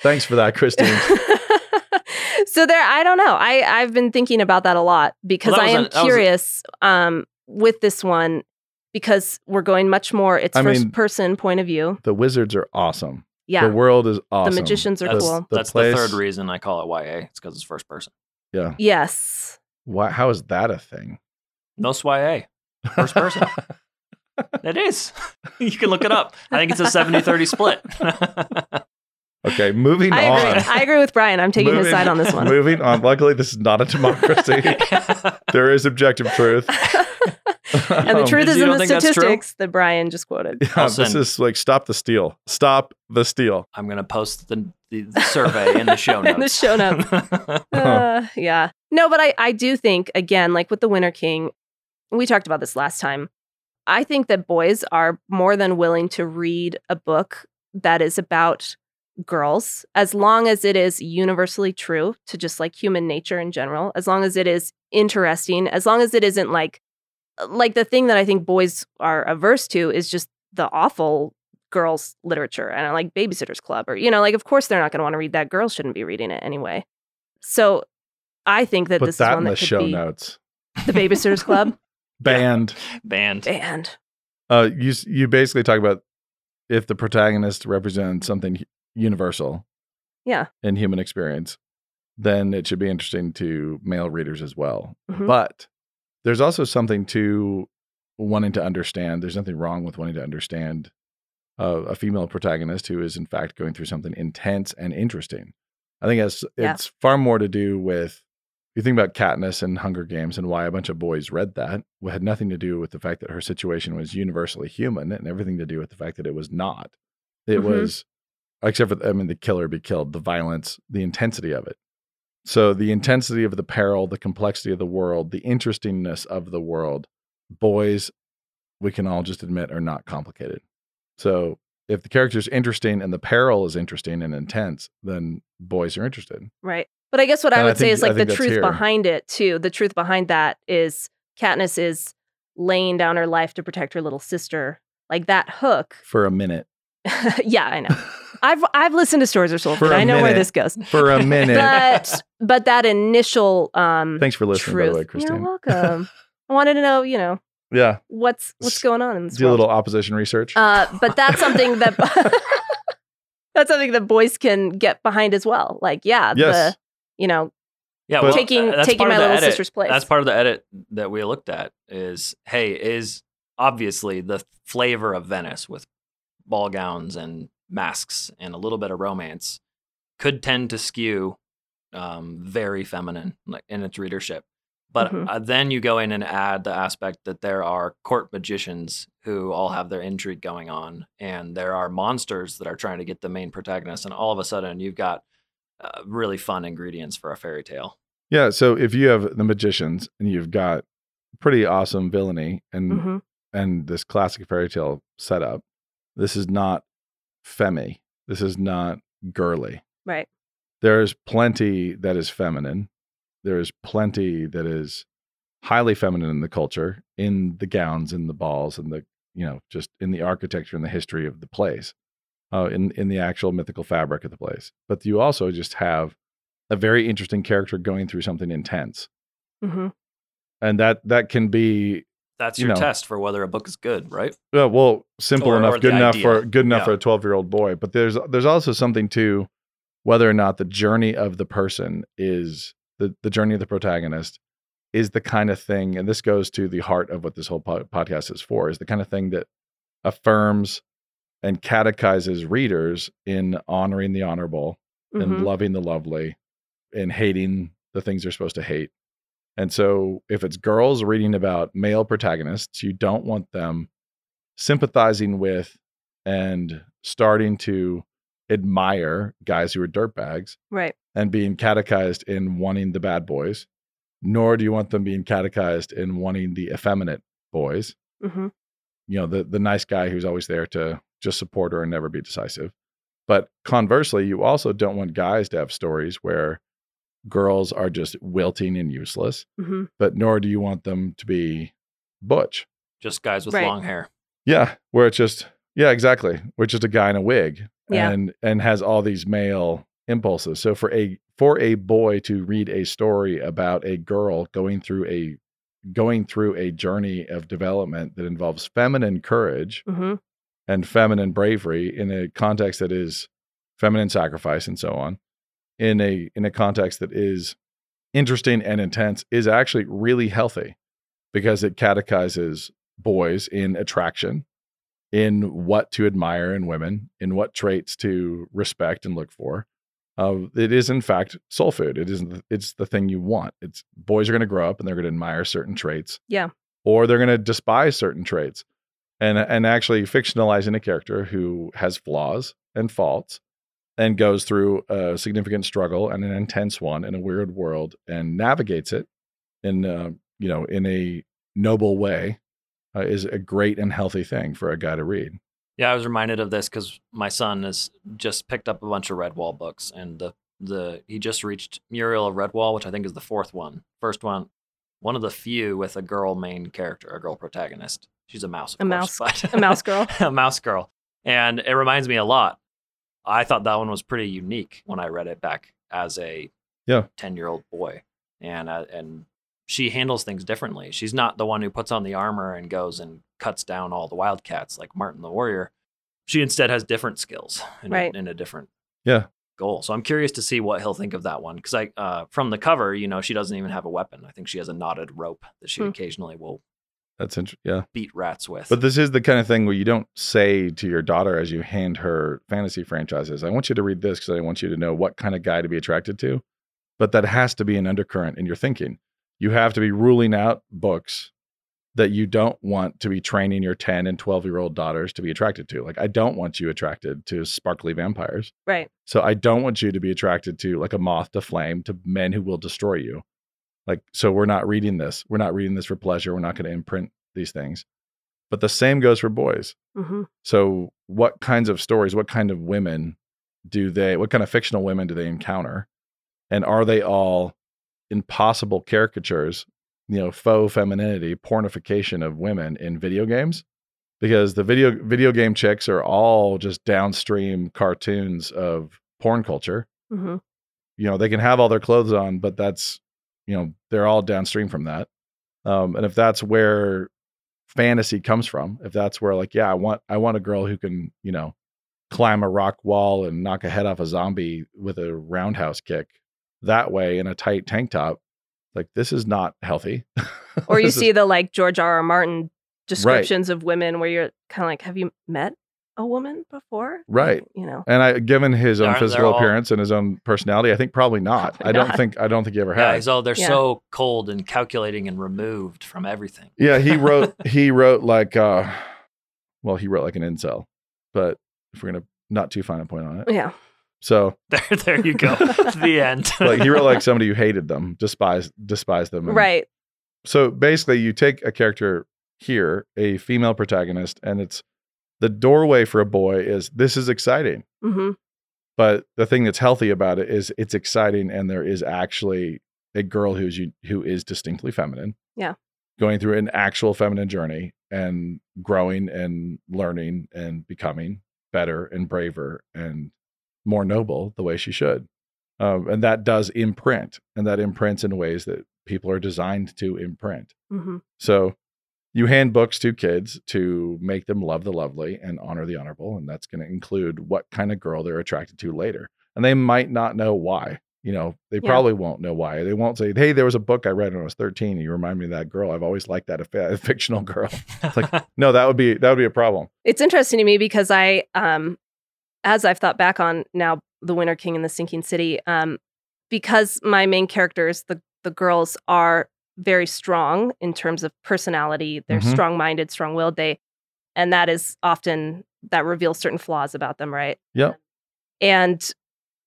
[SPEAKER 2] Thanks for that, Christine.
[SPEAKER 4] so there, I don't know. I I've been thinking about that a lot because
[SPEAKER 3] Well, that
[SPEAKER 4] I
[SPEAKER 3] was
[SPEAKER 4] am
[SPEAKER 3] an- that was a-
[SPEAKER 4] curious um, with this one because we're going much more. It's
[SPEAKER 2] I mean-
[SPEAKER 4] first person point of view.
[SPEAKER 2] the wizards are awesome.
[SPEAKER 4] Yeah,
[SPEAKER 2] The world is awesome.
[SPEAKER 4] magicians are
[SPEAKER 3] That's,
[SPEAKER 4] cool.
[SPEAKER 2] the
[SPEAKER 3] that's
[SPEAKER 2] place-
[SPEAKER 3] the third reason I call it YA. It's because it's first person.
[SPEAKER 2] Yeah.
[SPEAKER 4] yes.
[SPEAKER 2] Why, how is that a thing?
[SPEAKER 3] No YA. First person. it is. you can look it up. I think it's a 70 30 split.
[SPEAKER 2] okay, moving
[SPEAKER 4] I
[SPEAKER 2] on.
[SPEAKER 4] agree. I agree with Brian. I'm taking his
[SPEAKER 2] Moving-
[SPEAKER 4] side on this one.
[SPEAKER 2] Moving on. Luckily, this is not a democracy. there is objective truth.
[SPEAKER 4] and the truth
[SPEAKER 3] you
[SPEAKER 4] is in
[SPEAKER 3] don't
[SPEAKER 4] the
[SPEAKER 3] think that's true?
[SPEAKER 4] statistics that Brian just quoted.
[SPEAKER 2] Yeah, this
[SPEAKER 3] Nelson.
[SPEAKER 2] is like stop the steal. Stop the steal.
[SPEAKER 3] I'm going to post the, the, the survey in the show notes.
[SPEAKER 4] In the show notes. Uh, yeah. No, but I, I do think, again, like with the Winter King, we talked about this last time. I think that boys are more than willing to read a book that is about girls, as long as it is universally true to just like human nature in general, as long as it is interesting, as long as it isn't like, like the thing that I think boys are averse to is just the awful girls' literature and like Babysitter's Club, or, you know, like, of course they're not going to want to read that. Girls shouldn't be reading it anyway. So I think that
[SPEAKER 2] Put
[SPEAKER 4] this is
[SPEAKER 2] that
[SPEAKER 4] one
[SPEAKER 2] in the
[SPEAKER 4] that could
[SPEAKER 2] show
[SPEAKER 4] be
[SPEAKER 2] notes.
[SPEAKER 4] the Babysitter's Club
[SPEAKER 2] Banned.
[SPEAKER 3] Banned.
[SPEAKER 4] band.
[SPEAKER 2] Uh, you s- you basically talk about if the protagonist represents something hu- universal.
[SPEAKER 4] Yeah.
[SPEAKER 2] In human experience, then it should be interesting to male readers as well.
[SPEAKER 4] Mhm.
[SPEAKER 2] But there's also something to wanting to understand. There's nothing wrong with wanting to understand uh, a female protagonist who is, in fact, going through something intense and interesting. I think it's,
[SPEAKER 4] Yeah.
[SPEAKER 2] it's far more to do with you think about Katniss and Hunger Games and why a bunch of boys read that. It had nothing to do with the fact that her situation was universally human and everything to do with the fact that it was not. It
[SPEAKER 4] Mhm.
[SPEAKER 2] was, except for, I mean, the killer be killed, the violence, the intensity of it. So the intensity of the peril, the complexity of the world, the interestingness of the world, boys, we can all just admit, are not complicated. So if the character's interesting and the peril is interesting and intense, then boys are interested.
[SPEAKER 4] Right. But I guess what I
[SPEAKER 2] And I
[SPEAKER 4] would say
[SPEAKER 2] think-
[SPEAKER 4] is
[SPEAKER 2] I
[SPEAKER 4] like the
[SPEAKER 2] think that's
[SPEAKER 4] truth
[SPEAKER 2] here.
[SPEAKER 4] behind it too. The truth behind that is Katniss is laying down her life to protect her little sister. Like that hook.
[SPEAKER 2] For a minute.
[SPEAKER 4] yeah, I know. I've I've listened to stories or sold.
[SPEAKER 2] For a
[SPEAKER 4] I know where
[SPEAKER 2] minute.
[SPEAKER 4] this goes.
[SPEAKER 2] For a minute.
[SPEAKER 4] But but that initial um
[SPEAKER 2] Thanks for listening, by
[SPEAKER 4] truth.
[SPEAKER 2] the way, Christine.
[SPEAKER 4] You're welcome. I wanted to know, you know,
[SPEAKER 2] Yeah.
[SPEAKER 4] what's what's
[SPEAKER 2] S-
[SPEAKER 4] going on in this
[SPEAKER 2] Do a
[SPEAKER 4] world.
[SPEAKER 2] little opposition research.
[SPEAKER 4] Uh, but that's something that that's something that boys can get behind as well. Like, yeah,
[SPEAKER 2] yes.
[SPEAKER 4] the you know,
[SPEAKER 3] Yeah, uh,
[SPEAKER 2] But-
[SPEAKER 4] taking-
[SPEAKER 3] that's
[SPEAKER 4] taking
[SPEAKER 3] part
[SPEAKER 4] my
[SPEAKER 3] of the
[SPEAKER 4] little
[SPEAKER 3] edit.
[SPEAKER 4] sister's place.
[SPEAKER 3] That's part of the edit that we looked at. Is hey, is obviously the flavor of Venice with ball gowns and masks and a little bit of romance could tend to skew um, very feminine like, in its readership. But
[SPEAKER 4] Mhm.
[SPEAKER 3] uh, then you go in and add the aspect that there are court magicians who all have their intrigue going on, and there are monsters that are trying to get the main protagonist, and all of a sudden you've got uh, really fun ingredients for a fairy tale.
[SPEAKER 2] yeah. So if you have the magicians and you've got pretty awesome villainy and
[SPEAKER 4] mhm.
[SPEAKER 2] and this classic fairy tale setup, this is not femmy. This is not girly.
[SPEAKER 4] Right.
[SPEAKER 2] There is plenty that is feminine. There is plenty that is highly feminine in the culture, in the gowns, in the balls, and the you know just in the architecture and the history of the place, uh, in in the actual mythical fabric of the place. But you also just have a very interesting character going through something intense,
[SPEAKER 4] Mm-hmm.
[SPEAKER 2] and that that can be
[SPEAKER 3] That's
[SPEAKER 2] you
[SPEAKER 3] your
[SPEAKER 2] know.
[SPEAKER 3] test for whether a book is good, right?
[SPEAKER 2] Yeah, well, simple
[SPEAKER 3] Or-
[SPEAKER 2] enough,
[SPEAKER 3] or
[SPEAKER 2] good
[SPEAKER 3] the
[SPEAKER 2] enough
[SPEAKER 3] idea.
[SPEAKER 2] for good enough
[SPEAKER 3] Yeah.
[SPEAKER 2] for a twelve year old boy. But there's there's also something to whether or not the journey of the person is the the journey of the protagonist is the kind of thing, and this goes to the heart of what this whole po- podcast is for, is the kind of thing that affirms and catechizes readers in honoring the honorable
[SPEAKER 4] mm-hmm,
[SPEAKER 2] and loving the lovely and hating the things they're supposed to hate. And so if it's girls reading about male protagonists, you don't want them sympathizing with and starting to admire guys who are dirtbags
[SPEAKER 4] Right.
[SPEAKER 2] and being catechized in wanting the bad boys, nor do you want them being catechized in wanting the effeminate boys
[SPEAKER 4] Mm-hmm.
[SPEAKER 2] you know the the nice guy who's always there to just support her and never be decisive but conversely you also don't want guys to have stories where girls are just wilting and useless
[SPEAKER 4] Mm-hmm.
[SPEAKER 2] but nor do you want them to be butch
[SPEAKER 3] Just guys with
[SPEAKER 4] Right.
[SPEAKER 3] long hair.
[SPEAKER 2] yeah where it's just yeah exactly where it's just a guy in a wig
[SPEAKER 4] Yeah.
[SPEAKER 2] and and has all these male impulses so for a for a boy to read a story about a girl going through a going through a journey of development that involves feminine courage
[SPEAKER 4] Mm-hmm.
[SPEAKER 2] and feminine bravery in a context that is feminine sacrifice and so on in a in a context that is interesting and intense is actually really healthy because it catechizes boys in attraction in what to admire in women in what traits to respect and look for uh, it is in fact soul food it isn't it's the thing you want it's boys are going to grow up and they're going to admire certain traits
[SPEAKER 4] Yeah.
[SPEAKER 2] or they're going to despise certain traits and and actually fictionalizing a character who has flaws and faults and goes through a significant struggle and an intense one in a weird world and navigates it in uh, you know in a noble way uh, is a great and healthy thing for a guy to read.
[SPEAKER 3] Yeah, I was reminded of this because my son has just picked up a bunch of Redwall books, and the the he just reached Muriel of Redwall, which I think is the fourth one. First one, one of the few with a girl main character, a girl protagonist. She's a mouse. Of
[SPEAKER 4] A
[SPEAKER 3] course, but-
[SPEAKER 4] A mouse girl.
[SPEAKER 3] a mouse girl. And it reminds me a lot. I thought that one was pretty unique when I read it back as a
[SPEAKER 2] Yeah.
[SPEAKER 3] 10 year old boy. And, uh, and she handles things differently. She's not the one who puts on the armor and goes and cuts down all the wildcats like Martin the Warrior. She instead has different skills in, a-
[SPEAKER 4] Right.
[SPEAKER 3] in a different
[SPEAKER 2] Yeah.
[SPEAKER 3] goal. So I'm curious to see what he'll think of that one because I uh, from the cover, you know, she doesn't even have a weapon. I think she has a knotted rope that she
[SPEAKER 4] Hmm.
[SPEAKER 3] occasionally will
[SPEAKER 2] That's interesting. Yeah.
[SPEAKER 3] beat rats with.
[SPEAKER 2] But this is the kind of thing where you don't say to your daughter as you hand her fantasy franchises, I want you to read this because I want you to know what kind of guy to be attracted to. But that has to be an undercurrent in your thinking. You have to be ruling out books that you don't want to be training your 10 and 12 year old daughters to be attracted to. Like, I don't want you attracted to sparkly vampires.
[SPEAKER 4] Right.
[SPEAKER 2] So I don't want you to be attracted to like a moth to flame to men who will destroy you. Like, so we're not reading this. We're not reading this for pleasure. We're not going to imprint these things. But the same goes for boys.
[SPEAKER 4] hmm
[SPEAKER 2] So, what kinds of stories, what kind of women do they, what kind of fictional women do they encounter? And are they all impossible caricatures, you know, faux femininity, pornification of women in video games? Because the video video game chicks are all just downstream cartoons of porn culture.
[SPEAKER 4] hmm
[SPEAKER 2] You know, they can have all their clothes on, but that's, you know, they're all downstream from that. Um, and if that's where fantasy comes from if that's where like yeah i want i want a girl who can you know climb a rock wall and knock a head off a zombie with a roundhouse kick that way in a tight tank top like this is not healthy
[SPEAKER 4] Or you
[SPEAKER 2] This is-
[SPEAKER 4] see the like George R. R. Martin descriptions of women where you're kind of like, have you met a woman before?
[SPEAKER 2] Right.
[SPEAKER 4] You know.
[SPEAKER 2] and i given his own
[SPEAKER 3] They're-
[SPEAKER 2] physical
[SPEAKER 3] they're all-
[SPEAKER 2] appearance and his own personality i think probably not
[SPEAKER 4] Probably
[SPEAKER 2] i don't
[SPEAKER 4] not.
[SPEAKER 2] think i don't think he ever had
[SPEAKER 3] guys, oh, they're
[SPEAKER 4] Yeah.
[SPEAKER 3] so cold and calculating and removed from everything.
[SPEAKER 2] Yeah, he wrote he wrote like uh well, he wrote like an incel, but if we're gonna not too fine a point on it.
[SPEAKER 4] Yeah.
[SPEAKER 2] So
[SPEAKER 3] There, there you go. the end.
[SPEAKER 2] like he wrote like somebody who hated them, despised despised them. and-
[SPEAKER 4] Right.
[SPEAKER 2] So basically you take a character here, a female protagonist, and it's the doorway for a boy is this is exciting.
[SPEAKER 4] hmm
[SPEAKER 2] But the thing that's healthy about it is it's exciting, and there is actually a girl who's u- who is distinctly feminine.
[SPEAKER 4] Yeah.
[SPEAKER 2] going through an actual feminine journey and growing and learning and becoming better and braver and more noble the way she should, um, and that does imprint, and that imprints in ways that people are designed to imprint.
[SPEAKER 4] hmm
[SPEAKER 2] So you hand books to kids to make them love the lovely and honor the honorable. And that's going to include what kind of girl they're attracted to later. And they might not know why. You know, they
[SPEAKER 4] Yeah.
[SPEAKER 2] probably won't know why. They won't say, Hey, there was a book I read when I was 13. And you remind me of that girl. I've always liked that f- fictional girl. like- No, that would be, that would be a problem.
[SPEAKER 4] It's interesting to me because I, um, as I've thought back on now, The Winter King and the Sinking City, um, because my main characters, the the girls, are very strong in terms of personality. They're
[SPEAKER 2] Mhm.
[SPEAKER 4] strong minded, strong willed. They, and that is often that reveals certain flaws about them, right?
[SPEAKER 2] Yep.
[SPEAKER 4] And,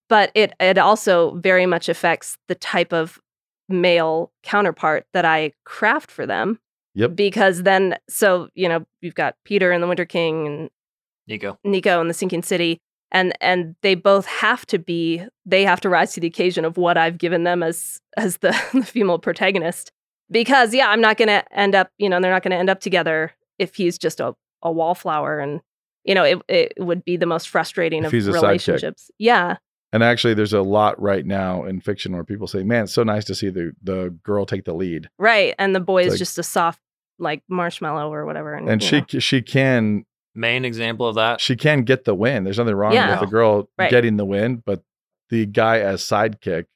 [SPEAKER 4] but it it also very much affects the type of male counterpart that I craft for them.
[SPEAKER 2] Yep.
[SPEAKER 4] Because then, so you know, you've got Peter and the Winter King and
[SPEAKER 3] Nico.
[SPEAKER 4] Nico and the Sinking City, and and they both have to be they have to rise to the occasion of what I've given them as as the, the female protagonist. Because yeah, I'm not gonna end up you know they're not gonna end up together if he's just a, a wallflower and you know it it would be the most frustrating
[SPEAKER 2] If
[SPEAKER 4] of
[SPEAKER 2] he's a sidekick.
[SPEAKER 4] relationships. Yeah,
[SPEAKER 2] And actually, there's a lot right now in fiction where people say, Man, it's so nice to see the, the girl take the lead.
[SPEAKER 4] right. And the boy is
[SPEAKER 2] Like-
[SPEAKER 4] just a soft like marshmallow or whatever. And,
[SPEAKER 2] And
[SPEAKER 4] you
[SPEAKER 2] she
[SPEAKER 4] know.
[SPEAKER 2] she can
[SPEAKER 3] Main example of that.
[SPEAKER 2] she can get the win. There's nothing wrong
[SPEAKER 4] Yeah.
[SPEAKER 2] with the girl
[SPEAKER 4] Right.
[SPEAKER 2] getting the win, but the guy as sidekick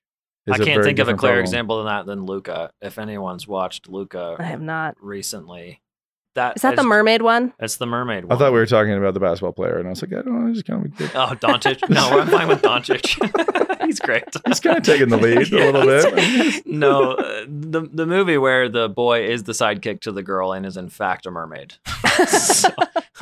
[SPEAKER 2] is
[SPEAKER 3] I
[SPEAKER 2] a
[SPEAKER 3] can't
[SPEAKER 2] very
[SPEAKER 3] think of a
[SPEAKER 2] different
[SPEAKER 3] clear
[SPEAKER 2] problem.
[SPEAKER 3] example than that than Luca. If anyone's watched Luca
[SPEAKER 4] I have not.
[SPEAKER 3] recently, that
[SPEAKER 4] Is that the mermaid one?
[SPEAKER 3] It's the mermaid.
[SPEAKER 2] I
[SPEAKER 3] One.
[SPEAKER 2] thought we were talking about the basketball player, and I was like, I don't know, he's kind of
[SPEAKER 3] Oh, Doncic. No, I'm fine with Doncic. He's great.
[SPEAKER 2] He's kinda taking the lead a little bit.
[SPEAKER 3] no, uh, the the movie where the boy is the sidekick to the girl and is in fact a mermaid. So,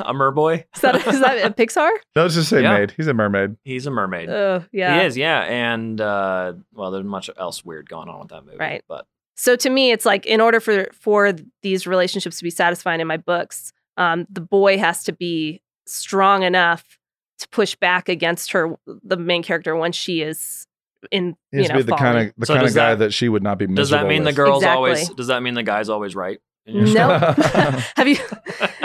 [SPEAKER 3] a merboy.
[SPEAKER 4] Is that is that a Pixar?
[SPEAKER 2] no, let's just say
[SPEAKER 3] Yeah.
[SPEAKER 2] maid. He's a mermaid.
[SPEAKER 3] He's a mermaid.
[SPEAKER 4] Oh yeah.
[SPEAKER 3] He is, yeah. And uh, well, there's much else weird going on with that movie,
[SPEAKER 4] Right.
[SPEAKER 3] But
[SPEAKER 4] So to me, it's like in order for for these relationships to be satisfying in my books, um, the boy has to be strong enough to push back against her, the main character, when she is in
[SPEAKER 2] He has
[SPEAKER 4] you know
[SPEAKER 2] to be the kind
[SPEAKER 4] falling.
[SPEAKER 2] of the
[SPEAKER 3] So
[SPEAKER 2] kind of
[SPEAKER 3] does
[SPEAKER 2] guy
[SPEAKER 3] that-
[SPEAKER 2] that, she would not be. Miserable
[SPEAKER 3] does that mean the
[SPEAKER 2] with.
[SPEAKER 3] girl's
[SPEAKER 4] Exactly.
[SPEAKER 3] always? Does that mean the guy's always right? in your
[SPEAKER 4] No.
[SPEAKER 3] story?
[SPEAKER 4] have you?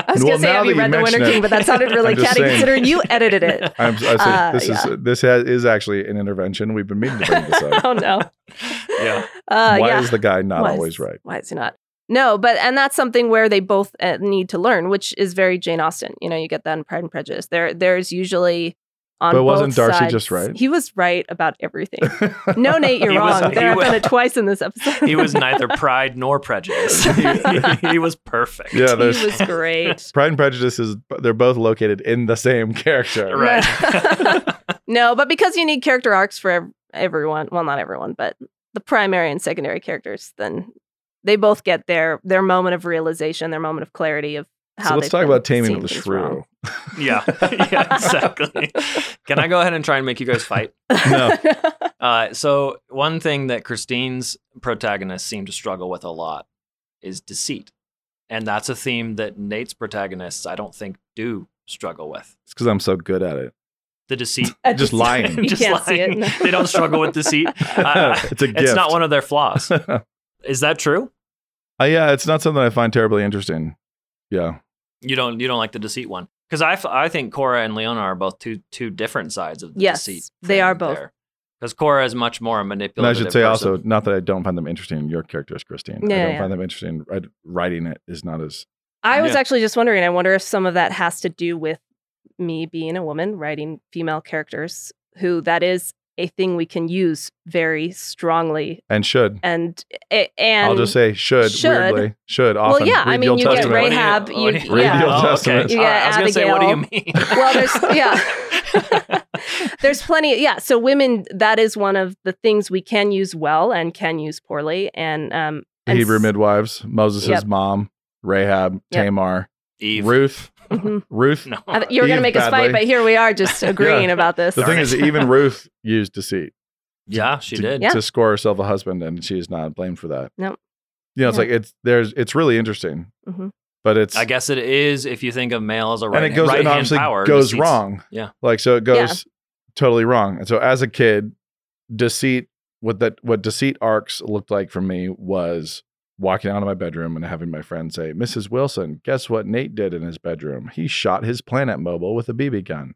[SPEAKER 4] I
[SPEAKER 2] Well,
[SPEAKER 4] was gonna say
[SPEAKER 2] now
[SPEAKER 4] have
[SPEAKER 2] that
[SPEAKER 4] you
[SPEAKER 2] you
[SPEAKER 4] read The Winter
[SPEAKER 2] mention it-
[SPEAKER 4] King, but that sounded really
[SPEAKER 2] I'm just
[SPEAKER 4] catty
[SPEAKER 2] saying.
[SPEAKER 4] considering you edited it.
[SPEAKER 2] I'm, I say,
[SPEAKER 4] Uh,
[SPEAKER 2] this
[SPEAKER 4] yeah.
[SPEAKER 2] is this has, is actually an intervention. We've been meaning to bring this up.
[SPEAKER 4] oh no.
[SPEAKER 3] Yeah.
[SPEAKER 4] Uh,
[SPEAKER 2] Why
[SPEAKER 4] yeah.
[SPEAKER 2] is the guy not
[SPEAKER 4] Why
[SPEAKER 2] always
[SPEAKER 4] is-
[SPEAKER 2] right?
[SPEAKER 4] Why is he not? No, but and that's something where they both uh, need to learn, which is very Jane Austen. You know, you get that in Pride and Prejudice. There, there's usually on
[SPEAKER 2] But
[SPEAKER 4] both
[SPEAKER 2] wasn't Darcy
[SPEAKER 4] sides.
[SPEAKER 2] just right?
[SPEAKER 4] He was right about everything. No, Nate, you're
[SPEAKER 3] He was-
[SPEAKER 4] wrong.
[SPEAKER 3] he
[SPEAKER 4] there have
[SPEAKER 3] was-
[SPEAKER 4] been it twice in this episode.
[SPEAKER 3] He was neither pride nor prejudice. he, he was perfect.
[SPEAKER 2] Yeah,
[SPEAKER 4] he
[SPEAKER 2] there's
[SPEAKER 4] was great.
[SPEAKER 2] Pride and Prejudice is they're both located in the same character.
[SPEAKER 3] Right.
[SPEAKER 4] no, but because you need character arcs for ev- everyone, well, not everyone, but the primary and secondary characters, then they both get their their moment of realization, their moment of clarity of how.
[SPEAKER 2] So let's
[SPEAKER 4] they've
[SPEAKER 2] talk
[SPEAKER 4] been
[SPEAKER 2] about Taming
[SPEAKER 4] seeing
[SPEAKER 2] of the
[SPEAKER 4] things
[SPEAKER 2] Shrew.
[SPEAKER 3] yeah. yeah, exactly. Can I go ahead and try and make you guys fight?
[SPEAKER 2] No.
[SPEAKER 4] wrong.
[SPEAKER 3] Uh, so, one thing that Christine's protagonists seem to struggle with a lot is deceit. And that's a theme that Nate's protagonists, I don't think, do struggle with.
[SPEAKER 2] It's because I'm so good at it.
[SPEAKER 3] The deceit.
[SPEAKER 2] Just lying.
[SPEAKER 4] You
[SPEAKER 3] just
[SPEAKER 4] can't see
[SPEAKER 3] lying.
[SPEAKER 4] it.
[SPEAKER 3] they don't struggle with deceit. Uh,
[SPEAKER 2] it's a gift.
[SPEAKER 3] It's not one of their flaws. Is that true?
[SPEAKER 2] Uh, yeah, it's not something I find terribly interesting. Yeah.
[SPEAKER 3] You don't you don't like the deceit one because I, f- I think Cora and Leona are both two two different sides of the
[SPEAKER 4] Yes,
[SPEAKER 3] deceit.
[SPEAKER 4] they are both.
[SPEAKER 3] Because Cora is much more a
[SPEAKER 2] And I
[SPEAKER 3] manipulative.
[SPEAKER 2] should say
[SPEAKER 3] person.
[SPEAKER 2] also, not that I don't find them interesting. Your characters, Christine, I
[SPEAKER 4] Yeah,
[SPEAKER 2] don't
[SPEAKER 4] yeah.
[SPEAKER 2] find them interesting. I, writing it is not as
[SPEAKER 4] I was
[SPEAKER 3] Yeah.
[SPEAKER 4] actually just wondering. I wonder if some of that has to do with me being a woman writing female characters, who that is a thing we can use very strongly,
[SPEAKER 2] and should.
[SPEAKER 4] and a- and
[SPEAKER 2] I'll just say should,
[SPEAKER 4] should.
[SPEAKER 2] weirdly should often.
[SPEAKER 4] well, yeah
[SPEAKER 2] Read
[SPEAKER 4] I
[SPEAKER 2] the
[SPEAKER 4] mean
[SPEAKER 2] Old
[SPEAKER 4] you get
[SPEAKER 2] Testament.
[SPEAKER 3] What do
[SPEAKER 4] Rahab
[SPEAKER 3] what
[SPEAKER 4] you,
[SPEAKER 3] do
[SPEAKER 2] Read
[SPEAKER 4] yeah
[SPEAKER 2] the Old
[SPEAKER 3] Oh, okay.
[SPEAKER 2] Testament.
[SPEAKER 4] You
[SPEAKER 3] All
[SPEAKER 4] get
[SPEAKER 3] right, I was gonna say, what do you mean?
[SPEAKER 4] well there's yeah there's plenty yeah so women that is one of the things we can use well and can use poorly and um
[SPEAKER 2] The
[SPEAKER 4] and
[SPEAKER 2] Hebrew
[SPEAKER 4] s-
[SPEAKER 2] midwives, Moses'
[SPEAKER 4] Yep.
[SPEAKER 2] mom, Rahab,
[SPEAKER 4] Yep.
[SPEAKER 2] Tamar,
[SPEAKER 3] Eve.
[SPEAKER 2] Ruth,
[SPEAKER 4] Mhm.
[SPEAKER 2] Ruth.
[SPEAKER 3] No.
[SPEAKER 4] I th- you were gonna
[SPEAKER 2] Eve
[SPEAKER 4] make us
[SPEAKER 2] badly.
[SPEAKER 4] fight but here we are just agreeing about this
[SPEAKER 2] The
[SPEAKER 3] Darn
[SPEAKER 2] thing
[SPEAKER 3] it.
[SPEAKER 2] is, even Ruth used deceit.
[SPEAKER 3] Yeah, she
[SPEAKER 2] to,
[SPEAKER 3] did.
[SPEAKER 4] Yeah.
[SPEAKER 2] to score herself a husband, and she is not blamed for that.
[SPEAKER 4] Nope.
[SPEAKER 2] You know, it's
[SPEAKER 4] Yeah.
[SPEAKER 2] like it's there's it's really interesting,
[SPEAKER 4] Mhm.
[SPEAKER 2] but it's
[SPEAKER 3] I guess it is if you think of male as a right
[SPEAKER 2] and it goes
[SPEAKER 3] right
[SPEAKER 2] and
[SPEAKER 3] hand
[SPEAKER 2] obviously
[SPEAKER 3] power.
[SPEAKER 2] goes
[SPEAKER 3] deceit's-
[SPEAKER 2] wrong.
[SPEAKER 3] Yeah.
[SPEAKER 2] like so it
[SPEAKER 4] Yeah.
[SPEAKER 2] goes totally wrong. And so as a kid, deceit what that what deceit arcs looked like for me was walking out of my bedroom and having my friend say, "Mrs. Wilson, guess what Nate did in his bedroom? He shot his Planet Mobile with a BB gun."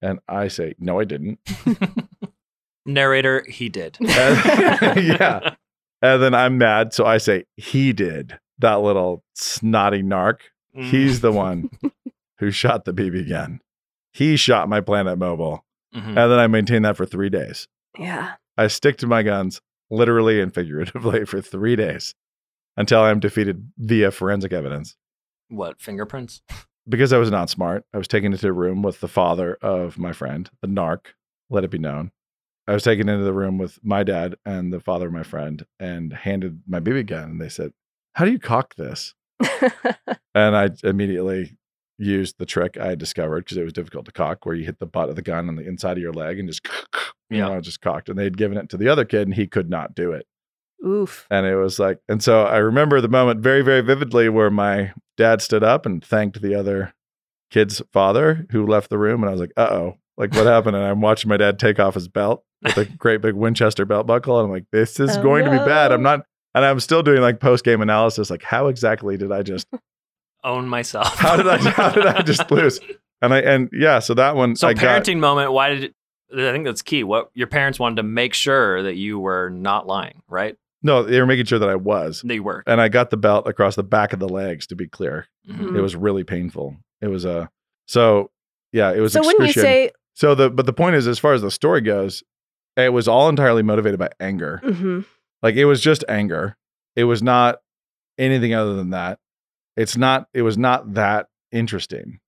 [SPEAKER 2] and I say, "No, I didn't."
[SPEAKER 3] Narrator, he did.
[SPEAKER 2] Yeah. And then I'm mad, so I say, "He did." That little snotty narc.
[SPEAKER 4] Mm-hmm.
[SPEAKER 3] Mm.
[SPEAKER 2] He's the one who shot the BB gun. He shot my Planet Mobile.
[SPEAKER 4] Mm-hmm.
[SPEAKER 3] Mhm.
[SPEAKER 2] And then I maintained that for three days.
[SPEAKER 4] yeah
[SPEAKER 2] I stick to my guns literally and figuratively for three days until I'm defeated via forensic evidence.
[SPEAKER 3] what fingerprints?
[SPEAKER 2] Because I was not smart, I was taken into a room with the father of my friend, the narc, let it be known. I was taken into the room with my dad and the father of my friend and handed my BB gun. And they said, How do you cock this? And I immediately used the trick I had discovered because it was difficult to cock, where you hit the butt of the gun on the inside of your leg and just, you
[SPEAKER 3] Yeah.
[SPEAKER 2] know, just cocked. And they'd given it to the other kid and he could not do it.
[SPEAKER 4] oof
[SPEAKER 2] And it was like, and so I remember the moment very, very vividly where my dad stood up and thanked the other kid's father who left the room. And I was like, uh oh, like what happened? And I'm watching my dad take off his belt with a great big Winchester belt buckle. And I'm like, this is
[SPEAKER 4] Oh,
[SPEAKER 2] going to be bad. I'm
[SPEAKER 4] no.
[SPEAKER 2] not, and I'm still doing like post game analysis, like how exactly did I just,
[SPEAKER 3] Own myself.
[SPEAKER 2] how did I, how did I just lose? And I, and yeah, so that one,
[SPEAKER 3] So
[SPEAKER 2] I got,
[SPEAKER 3] parenting moment. Why did? I think that's key. What your parents wanted to make sure that you were not lying, right?
[SPEAKER 2] no, they were making sure that I was.
[SPEAKER 3] They were.
[SPEAKER 2] And I got the belt across the back of the legs, to be clear.
[SPEAKER 4] Mm-hmm.
[SPEAKER 3] Mhm.
[SPEAKER 2] It was really painful. It was a so yeah, it was
[SPEAKER 4] so wouldn't you
[SPEAKER 2] excruciating.
[SPEAKER 4] say
[SPEAKER 2] so the but the point is as far as the story goes, it was all entirely motivated by anger.
[SPEAKER 4] mhm,
[SPEAKER 2] Like it was just anger. It was not anything other than that. It's not it was not that interesting.